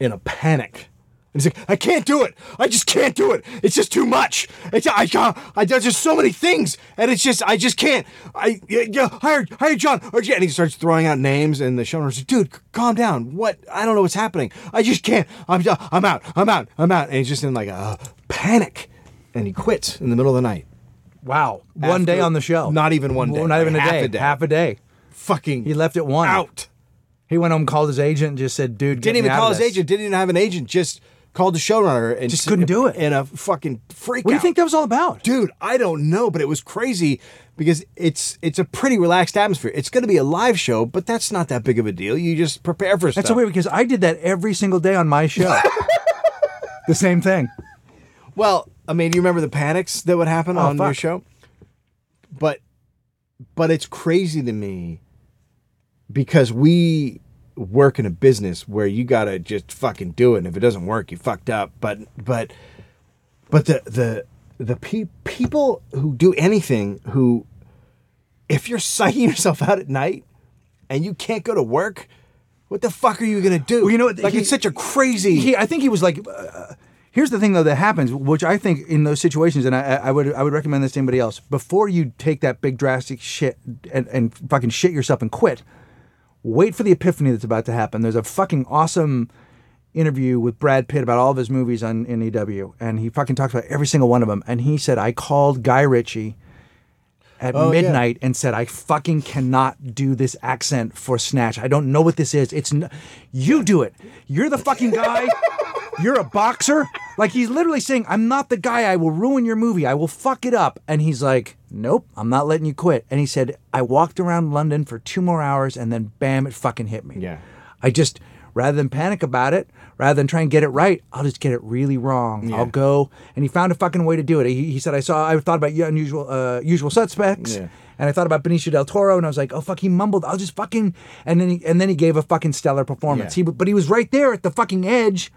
S2: in a panic. And he's like, I can't do it. I just can't do it. It's just too much. It's, I can't. I, there's just so many things. And it's just, I just can't. I, yeah, yeah, hire, hire John. Or, yeah. And he starts throwing out names, and the showrunner's like, dude, c- calm down. What? I don't know what's happening. I just can't. I'm, d- I'm out. I'm out. I'm out. And he's just in like a panic. And he quits in the middle of the night.
S1: Wow. one
S2: After-
S1: day on the show.
S2: Not even one
S1: Well,
S2: day.
S1: Not even a
S2: Half
S1: day.
S2: a day.
S1: Half a day.
S2: Fucking
S1: He left at one.
S2: out.
S1: He went home, called his agent, and just said, "Dude, get
S2: Didn't
S1: me
S2: even
S1: out
S2: call
S1: of
S2: his
S1: this.
S2: agent. Didn't even have an agent. Just called the showrunner and
S1: Just couldn't do it.
S2: In a fucking freak
S1: What do you
S2: out.
S1: think that was all about?
S2: dude i don't know but it was crazy because it's it's a pretty relaxed atmosphere it's going to be a live show but that's not that big of a deal you just prepare for
S1: That's so
S2: stuff
S1: weird because I did that every single day on my show. the same thing.
S2: well i mean you remember the panics that would happen on your
S1: Oh, fuck.
S2: show but but it's crazy to me because we work in a business where you gotta just fucking do it and if it doesn't work you fucked up but but but the the the pe- people who do anything who if you're psyching yourself out at night and you can't go to work what the fuck are you gonna do
S1: Well, you know what,
S2: like
S1: he-
S2: it's such a crazy
S1: He, I think he was like. Uh, here's the thing though that happens, which I think in those situations, and I, I would I would recommend this to anybody else. Before you take that big drastic shit and, and fucking shit yourself and quit, wait for the epiphany that's about to happen. There's a fucking awesome interview with Brad Pitt about all of his movies on NEW, and he fucking talks about every single one of them. And he said, I called Guy Ritchie at
S2: Oh, yeah.
S1: midnight and said, I fucking cannot do this accent for Snatch. I don't know what this is. It's n- you do it. You're the fucking guy. You're a boxer. Like he's literally saying, I'm not the guy. I will ruin your movie. I will fuck it up. And he's like, Nope, I'm not letting you quit. And he said, I walked around London for two more hours and then bam, it fucking hit me.
S2: Yeah.
S1: I just rather than panic about it, rather than try and get it right, I'll just get it really wrong. I'll go and he found a fucking way to do it. He, he said I saw I thought about unusual uh, usual suspects.
S2: Yeah.
S1: And I thought about Benicio del Toro, and I was like, "Oh fuck!" He mumbled. I'll just fucking and then he, and then he gave a fucking stellar performance.
S2: Yeah.
S1: He but he was right there at the fucking edge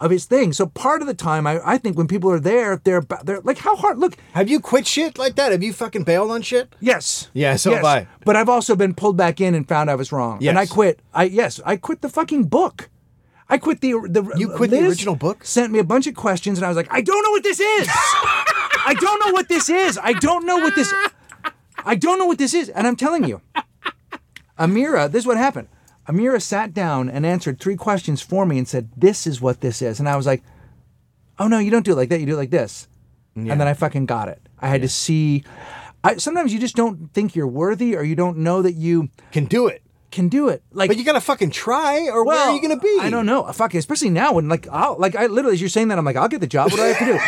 S1: of his thing. So part of the time, I, I think when people are there, they're ba- they're like, "How hard?" Look,
S2: have you quit shit like that have you fucking bailed on shit
S1: Yes.
S2: Yeah, so have I.
S1: But I've also been pulled back in and found I was wrong.
S2: Yes.
S1: And I quit. I yes, I quit the fucking book. I quit the the
S2: You quit the
S1: Uh, Liz
S2: original book?
S1: Sent me a bunch of questions and I was like, I don't know what this is. I don't know what this is. I don't know what this I don't know what this is. And I'm telling you. Amira, this is what happened. Amira sat down and answered three questions for me and said, This is what this is. And I was like, Oh no, you don't do it like that. You do it like this. And then I fucking got it. I had to see. I, sometimes you just don't think you're worthy or you don't know that you
S2: can do it
S1: can do it. Like,
S2: But you gotta fucking try, or where are you gonna be?
S1: I don't know. Fuck, especially now when like I'll like I literally as you're saying that I'm like I'll get the job. What do I have to do?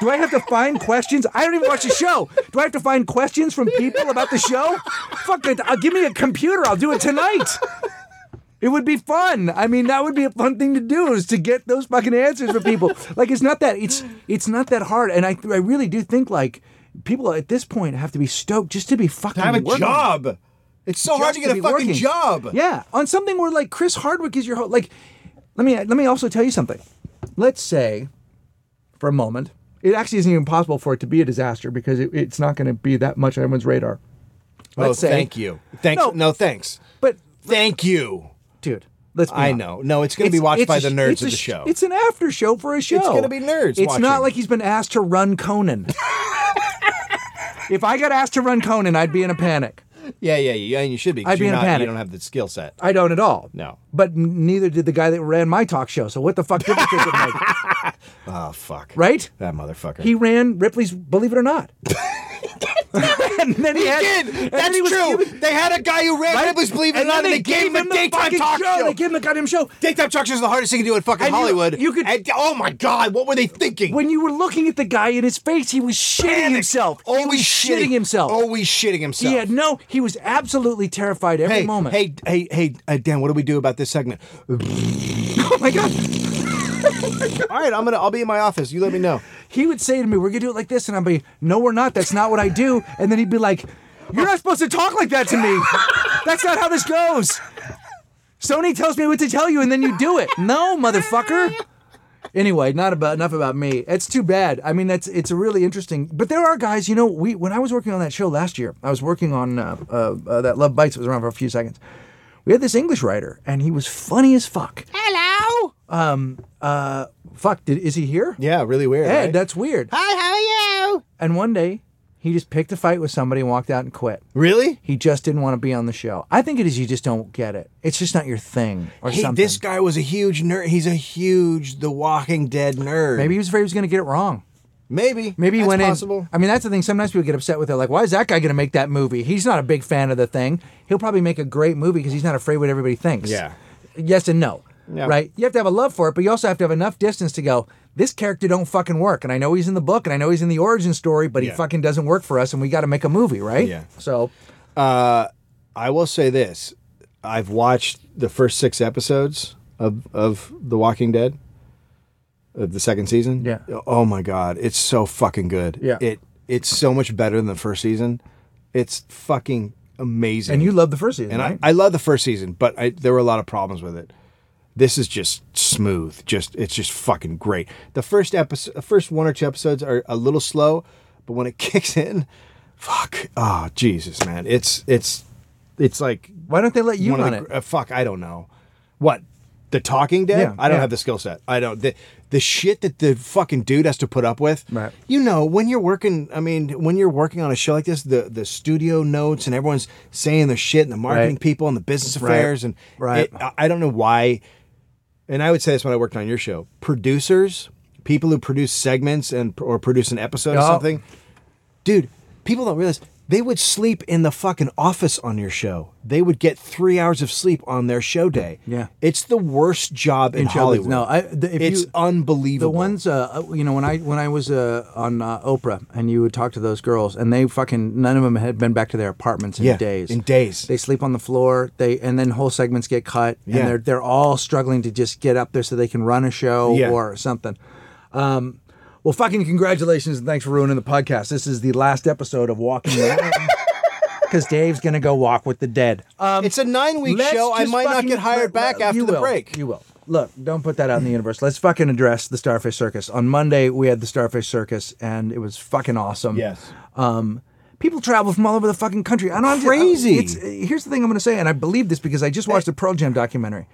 S1: do I have to find questions? I don't even watch the show. Do I have to find questions from people about the show? Fuck it. I'll give me a computer. I'll do it tonight. It would be fun. I mean, that would be a fun thing to do is to get those fucking answers for people. like it's not that it's it's not that hard, and I I really do think like people at this point have to be stoked just to be fucking
S2: I have a
S1: working.
S2: job. It's so hard
S1: Just
S2: to get a
S1: be
S2: fucking
S1: working.
S2: job.
S1: Yeah, on something where like Chris Hardwick is your host. Like, let me let me also tell you something. Let's say, for a moment, it actually isn't even possible for it to be a disaster because it, it's not going to be that much on everyone's radar.
S2: Oh,
S1: Let's say,
S2: thank you. Thanks.
S1: No.
S2: No, thanks.
S1: But
S2: Thank you.
S1: dude, let's. Be
S2: I
S1: honest.
S2: know. No, it's gonna be
S1: It's-
S2: watched
S1: it's
S2: by
S1: a-
S2: the nerds
S1: it's
S2: of
S1: a
S2: the
S1: sh-
S2: show.
S1: It's an after show for a show.
S2: gonna be nerds
S1: It's
S2: watching.
S1: not like he's been asked to run Conan. if I got asked to run Conan, I'd be in a panic.
S2: yeah, yeah, yeah. And you should be. 'cause
S1: I'd be in
S2: you're
S1: a
S2: not- You
S1: panic.
S2: don't have the skill set.
S1: I don't at all.
S2: No.
S1: But n- neither did the guy that ran my talk show. So what the fuck difference does it make?
S2: Oh fuck.
S1: Right?
S2: That motherfucker.
S1: He ran Ripley's Believe It or Not. and then he, had,
S2: did.
S1: and then
S2: That's
S1: he was
S2: true.
S1: giving-
S2: they had a guy who
S1: right?
S2: randomly was believing
S1: and
S2: it or not,
S1: then
S2: and
S1: they, gave him,
S2: the daytime
S1: fucking
S2: talk
S1: show.
S2: show.
S1: They gave him the goddamn show.
S2: Daytime talk show is the hardest thing to do in fucking
S1: And you-
S2: Hollywood.
S1: you could-
S2: And- oh my god, what were they thinking?
S1: When you were looking at the guy in his face, he was shitting
S2: Panic.
S1: himself.
S2: Always
S1: he was shitting himself.
S2: Always shitting himself.
S1: He had no. He was absolutely terrified every
S2: hey,
S1: moment.
S2: hey, hey, hey, uh, Dan, what do we do about this segment?
S1: oh my god!
S2: All right, I'm gonna, I'll be in my office. You let me know.
S1: He would say to me, "We're gonna do it like this," and I'd be, "No, we're not. That's not what I do." And then he'd be like, "You're not supposed to talk like that to me. That's not how this goes." Sony tells me what to tell you, and then you do it. No, motherfucker. Anyway, not about enough about me. It's too bad. I mean, that's it's a really interesting. But there are guys, you know. We when I was working on that show last year, I was working on uh, uh, uh, that Love Bites. It was around for a few seconds. We had this English writer, and he was funny as fuck. Um, uh,
S2: Hello.
S1: Fuck, did, is he here?
S2: Yeah, really weird.
S1: Ed,
S2: right?
S1: that's weird.
S2: Hi, how are you?
S1: And one day, he just picked a fight with somebody and walked out and quit.
S2: Really?
S1: He just didn't want to be on the show. I think it is you just don't get it. It's just not your thing or
S2: He,
S1: something.
S2: this guy was a huge nerd. He's a huge The Walking Dead nerd.
S1: Maybe he was afraid he was going to get it wrong.
S2: maybe,
S1: Maybe he
S2: That's
S1: went
S2: possible.
S1: in. I mean, that's the thing. Sometimes people get upset with it. Like, why is that guy going to make that movie? He's not a big fan of the thing. He'll probably make a great movie because he's not afraid what everybody thinks.
S2: Yeah.
S1: Yes and no.
S2: Yeah.
S1: Right. You have to have a love for it, but you also have to have enough distance to go. This character don't fucking work, and I know he's in the book, and I know he's in the origin story, but
S2: Yeah.
S1: he fucking doesn't work for us, and we got to make a movie, right?
S2: Yeah.
S1: So
S2: I will say this: I've watched the first six episodes of of The Walking Dead, of the second season.
S1: Yeah.
S2: Oh my god, it's so fucking good.
S1: Yeah.
S2: It it's so much better than the first season. It's fucking amazing.
S1: And you love the first season,
S2: and
S1: right?
S2: I, I love the first season, but I, there were a lot of problems with it. This is just smooth. Just it's just fucking great. The first episode, first one or two episodes are a little slow, but when it kicks in, fuck, oh Jesus, man, it's it's it's like
S1: Why don't they let you
S2: one of
S1: run
S2: the
S1: it?
S2: gr- uh, fuck, I don't know what the Talking Dead.
S1: Yeah,
S2: I don't
S1: yeah.
S2: have the skill set. I don't the the shit that the fucking dude has to put up with.
S1: Right.
S2: You know, when you're working, I mean, when you're working on a show like this, the the studio notes and everyone's saying their shit, and the marketing
S1: Right.
S2: people and the business affairs, and
S1: Right.
S2: it- I- I don't know why. And I would say this when I worked on your show: producers, people who produce segments and or produce an episode or
S1: Yeah.
S2: something, dude. People don't realize they would sleep in the fucking office on your show. They would get three hours of sleep on their show day.
S1: Yeah.
S2: it's the worst job in,
S1: In show
S2: Hollywood.
S1: business. No, I- the- if
S2: it's
S1: you- the
S2: unbelievable.
S1: ones uh, you know when I when I was uh, on uh, Oprah and you would talk to those girls and they fucking none of them had been back to their apartments in
S2: Yeah,
S1: days.
S2: in days.
S1: They sleep on the floor. They and then whole segments get cut and
S2: Yeah.
S1: they're they're all struggling to just get up there so they can run a show
S2: Yeah.
S1: or something. Um well, fucking congratulations and thanks for ruining the podcast. This is the last episode of Walking the because Dave's gonna go walk with the dead. Um,
S2: it's a nine-week
S1: Let's
S2: show. I
S1: just
S2: might not
S1: fucking-
S2: get hired
S1: let-
S2: back
S1: let-
S2: after
S1: you
S2: the
S1: will.
S2: break.
S1: You will. Look, don't put that out in the universe. Let's fucking address the Starfish Circus. On Monday, we had the Starfish Circus, and it was fucking awesome.
S2: Yes.
S1: Um, people travel from all over the fucking country. And I'm
S2: Crazy.
S1: It's, here's the thing I'm going to say, and I believe this because I just watched the Pearl Jam documentary,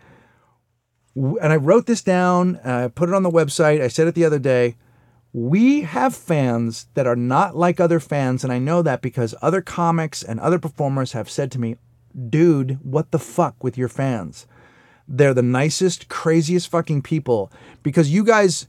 S1: W- and I wrote this down. uh, I put it on the website. I said it the other day. We have fans that are not like other fans, and I know that because other comics and other performers have said to me, "Dude, what the fuck with your fans?" They're the nicest, craziest fucking people because you guys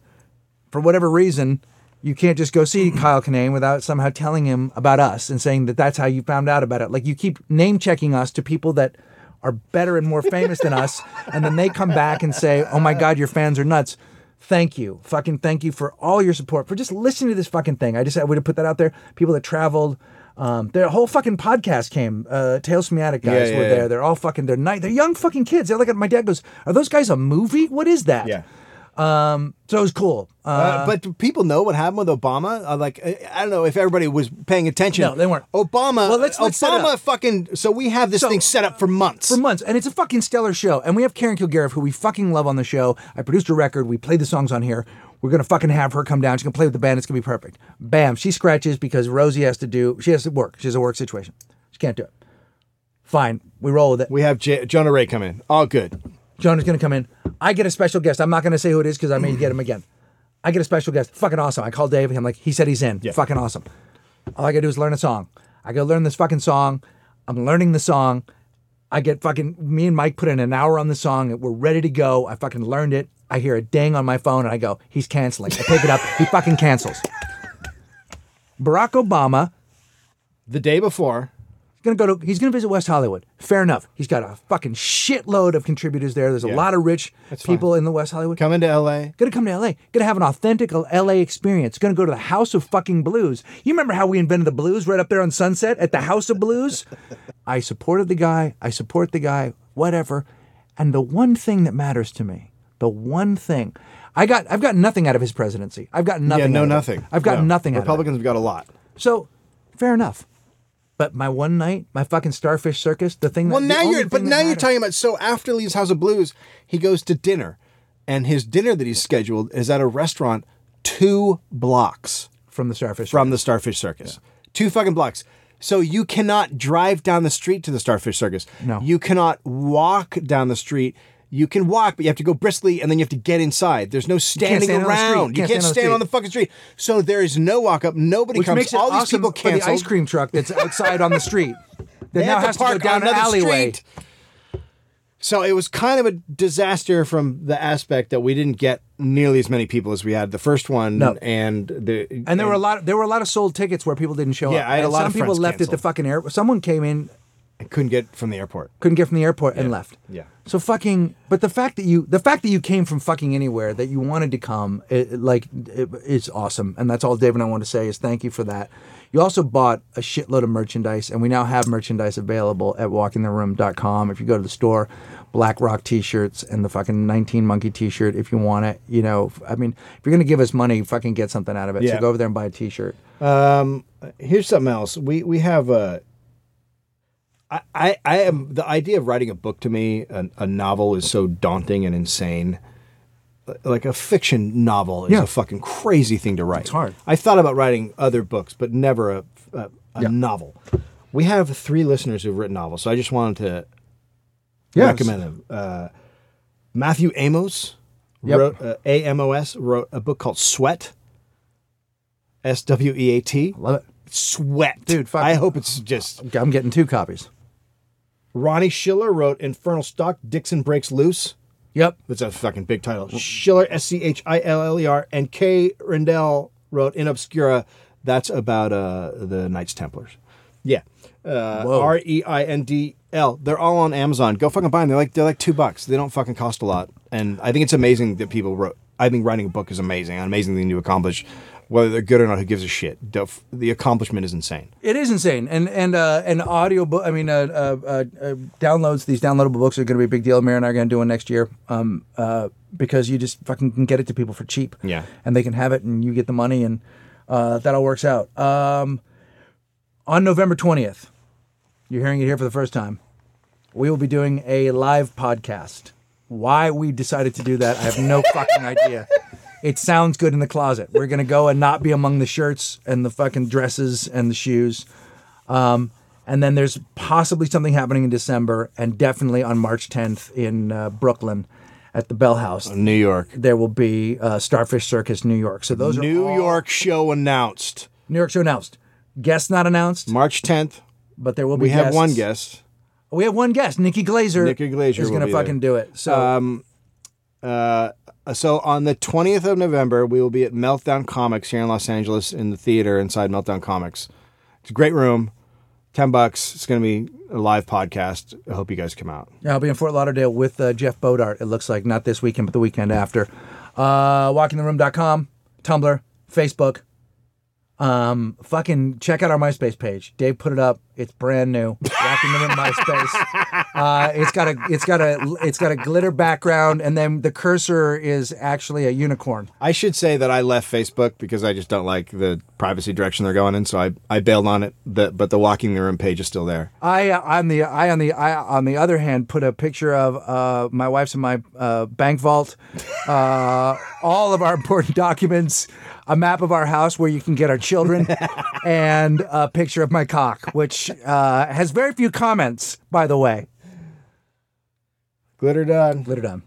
S1: for whatever reason, you can't just go see Kyle Kinane without somehow telling him about us and saying that that's how you found out about it. Like you keep name checking us to people that are better and more famous than us, and then they come back and say, "Oh my God, your fans are nuts." Thank you, fucking thank you for all your support for just listening to this fucking thing. I just I would have put that out there. People that traveled. Um, their whole fucking podcast came. Uh, Tales from the Attic guys
S2: Yeah,
S1: were
S2: yeah,
S1: there.
S2: yeah.
S1: They're all fucking. They're night. They're young fucking kids. They're like my dad goes, "Are those guys a movie? What is that?"
S2: Yeah.
S1: Um. So it was cool.
S2: Uh, but do people know what happened with Obama. Uh, like, I, I don't know if everybody was paying attention.
S1: No, they weren't.
S2: Obama.
S1: Well, let's- let's set it
S2: Obama
S1: up.
S2: fucking. So we have this
S1: So-
S2: thing set up for months.
S1: for months, and it's a fucking stellar show. And we have Karen Kilgariff, who we fucking love on the show. I produced a record. We played the songs on here. We're gonna fucking have her come down. She's gonna play with the band. It's gonna be perfect. Bam. She scratches because Rosie has to do. She has to work. She has a work situation. She can't do it. Fine. We roll with it.
S2: we have J- Jonah Ray come in. All good.
S1: Jonah's gonna come in. I get a special guest. I'm not gonna say who it is because I may get him again. I get a special guest. Fucking awesome. I call Dave. I'm like, he said he's in. Fucking awesome. All I gotta do is learn a song. I go learn this fucking song. I'm learning the song. I get fucking me and Mike put in an hour on the song. We're ready to go. I fucking learned it. I hear a ding on my phone and I go, he's canceling. I pick it up. He fucking cancels. Barack Obama
S2: the day before.
S1: gonna go to he's gonna visit West Hollywood. Fair enough. He's got a fucking shitload of contributors there. There's a lot of rich people in the West Hollywood.
S2: Coming to LA.
S1: Gonna come to LA. Gonna have an authentic LA experience. Gonna go to the House of fucking Blues. You remember how we invented the blues right up there on Sunset at the House of Blues? I supported the guy. I support the guy. Whatever. And the one thing that matters to me, the one thing, I got, I've got nothing out of his presidency. I've got nothing.
S2: Yeah,
S1: out
S2: no,
S1: of it.
S2: nothing.
S1: I've got
S2: No.
S1: nothing. Out of it.
S2: Republicans have got a lot.
S1: So, fair enough. But my one night, my fucking starfish circus, the thing.
S2: Well,
S1: that, the
S2: now
S1: only
S2: you're,
S1: thing
S2: but
S1: that
S2: now you're
S1: matters-
S2: talking about. So after leaves House of Blues, he goes to dinner, and his dinner that he's scheduled is at a restaurant two blocks
S1: from the starfish.
S2: from the Starfish Circus. Two fucking blocks. So you cannot drive down the street to the Starfish Circus.
S1: No.
S2: You cannot walk down the street. You can walk, but you have to go briskly and then you have to get inside. There's no standing
S1: stand on the street.
S2: around.
S1: You
S2: you
S1: can't
S2: can't
S1: stand on the
S2: stand on
S1: street.
S2: the fucking street. So there is no walk up. Nobody
S1: which
S2: comes.
S1: makes it
S2: All these
S1: awesome
S2: people
S1: for the
S2: cancel.
S1: ice cream truck that's outside on the street. That
S2: They
S1: now
S2: had
S1: has to go down an alleyway.
S2: So it was kind of a disaster from the aspect that we didn't get nearly as many people as we had the first one.
S1: No.
S2: And the
S1: And there were a lot. There were a lot of sold tickets where people didn't show
S2: Yeah,
S1: up.
S2: I had a
S1: And
S2: lot
S1: some
S2: of
S1: people
S2: friends
S1: left at the
S2: canceled.
S1: fucking airport. Someone came in,
S2: I couldn't get from the airport.
S1: couldn't get from the airport, and left.
S2: Yeah.
S1: So fucking. But the fact that you, the fact that you came from fucking anywhere that you wanted to come, it, it, like, it, it's awesome. And that's all, Dave and I want to say is thank you for that. You also bought a shitload of merchandise, and we now have merchandise available at walkintheroom.com. If you go to the store, Black Rock t-shirts and the fucking 19 Monkey t-shirt if you want it. You know, I mean, if you're gonna give us money, fucking get something out of it.
S2: Yeah.
S1: So go over there and buy a t-shirt.
S2: here's something else. We we have a. I I I am the idea of writing a book to me, a, a novel is so daunting and insane. Like a fiction novel is
S1: Yeah.
S2: a fucking crazy thing to write. It's
S1: hard.
S2: I thought about writing other books, but never a a, a
S1: Yeah.
S2: novel. We have three listeners who've written novels, so I just wanted to
S1: Yes.
S2: recommend them. Uh, Matthew Amos
S1: Yep.
S2: wrote uh, A M O S wrote a book called Sweat. S W E A T
S1: Love it.
S2: sweat.
S1: Dude, fuck.
S2: I hope it's just.
S1: I'm getting two copies.
S2: Ronnie Schiller wrote Infernal Stock, Dixon Breaks Loose.
S1: Yep.
S2: That's a fucking big title. Schiller, S C H I L L E R, and K. Rendell wrote In Obscura. That's about uh, the Knights Templars. Yeah. Uh,
S1: Whoa.
S2: R E I N D L. They're all on Amazon. Go fucking buy them. They're like, they're like two bucks. They don't fucking cost a lot. And I think it's amazing that people wrote. I think writing a book is amazing, an amazing thing to accomplish. Whether they're good or not, who gives a shit? The the accomplishment is insane.
S1: It is insane, and and uh, and audio book. I mean, uh, uh, uh, uh, downloads. These downloadable books are going to be a big deal. Mary and I are going to do one next year, um, uh, because you just fucking can get it to people for cheap.
S2: Yeah.
S1: and they can have it, and you get the money, and uh, that all works out. Um, on November twentieth, you're hearing it here for the first time. We will be doing a live podcast. Why we decided to do that, I have no fucking idea. It sounds good in the closet. We're gonna go and not be among the shirts and the fucking dresses and the shoes. Um, and then there's possibly something happening in December, and definitely on March 10th in uh, Brooklyn at the Bell House.
S2: New York.
S1: There will be uh, Starfish Circus New York. So those
S2: New
S1: are all-
S2: York show announced
S1: New York show announced. Guests not announced,
S2: March 10th.
S1: but there will be.
S2: We have
S1: guests.
S2: one guest.
S1: We have one guest. Nikki Glazer.
S2: Nikki Glaser
S1: is
S2: will
S1: gonna
S2: be
S1: fucking do it. So
S2: Uh, So on the 20th of November, we will be at Meltdown Comics here in Los Angeles in the theater inside Meltdown Comics. It's a great room. 10 bucks. It's going to be a live podcast. I hope you guys come out.
S1: Yeah, I'll be in Fort Lauderdale with uh, Jeff Bodart. It looks like not this weekend, but the weekend after. Uh, walkingtheroom.com, Tumblr, Facebook. Um, fucking check out our MySpace page. Dave put it up. It's brand new. Walking the Room MySpace. Uh, it's got a it's got a it's got a glitter background, and then the cursor is actually a unicorn.
S2: I should say that I left Facebook because I just don't like the privacy direction they're going in. So I, I bailed on it. The, but the Walking the Room page is still there.
S1: I uh, on the I on the I on the other hand put a picture of uh, my wife's and my uh, bank vault, uh, all of our important documents, a map of our house where you can get our children, and a picture of my cock, which uh, has very few comments, by the way.
S2: Glitter done.
S1: Glitter done.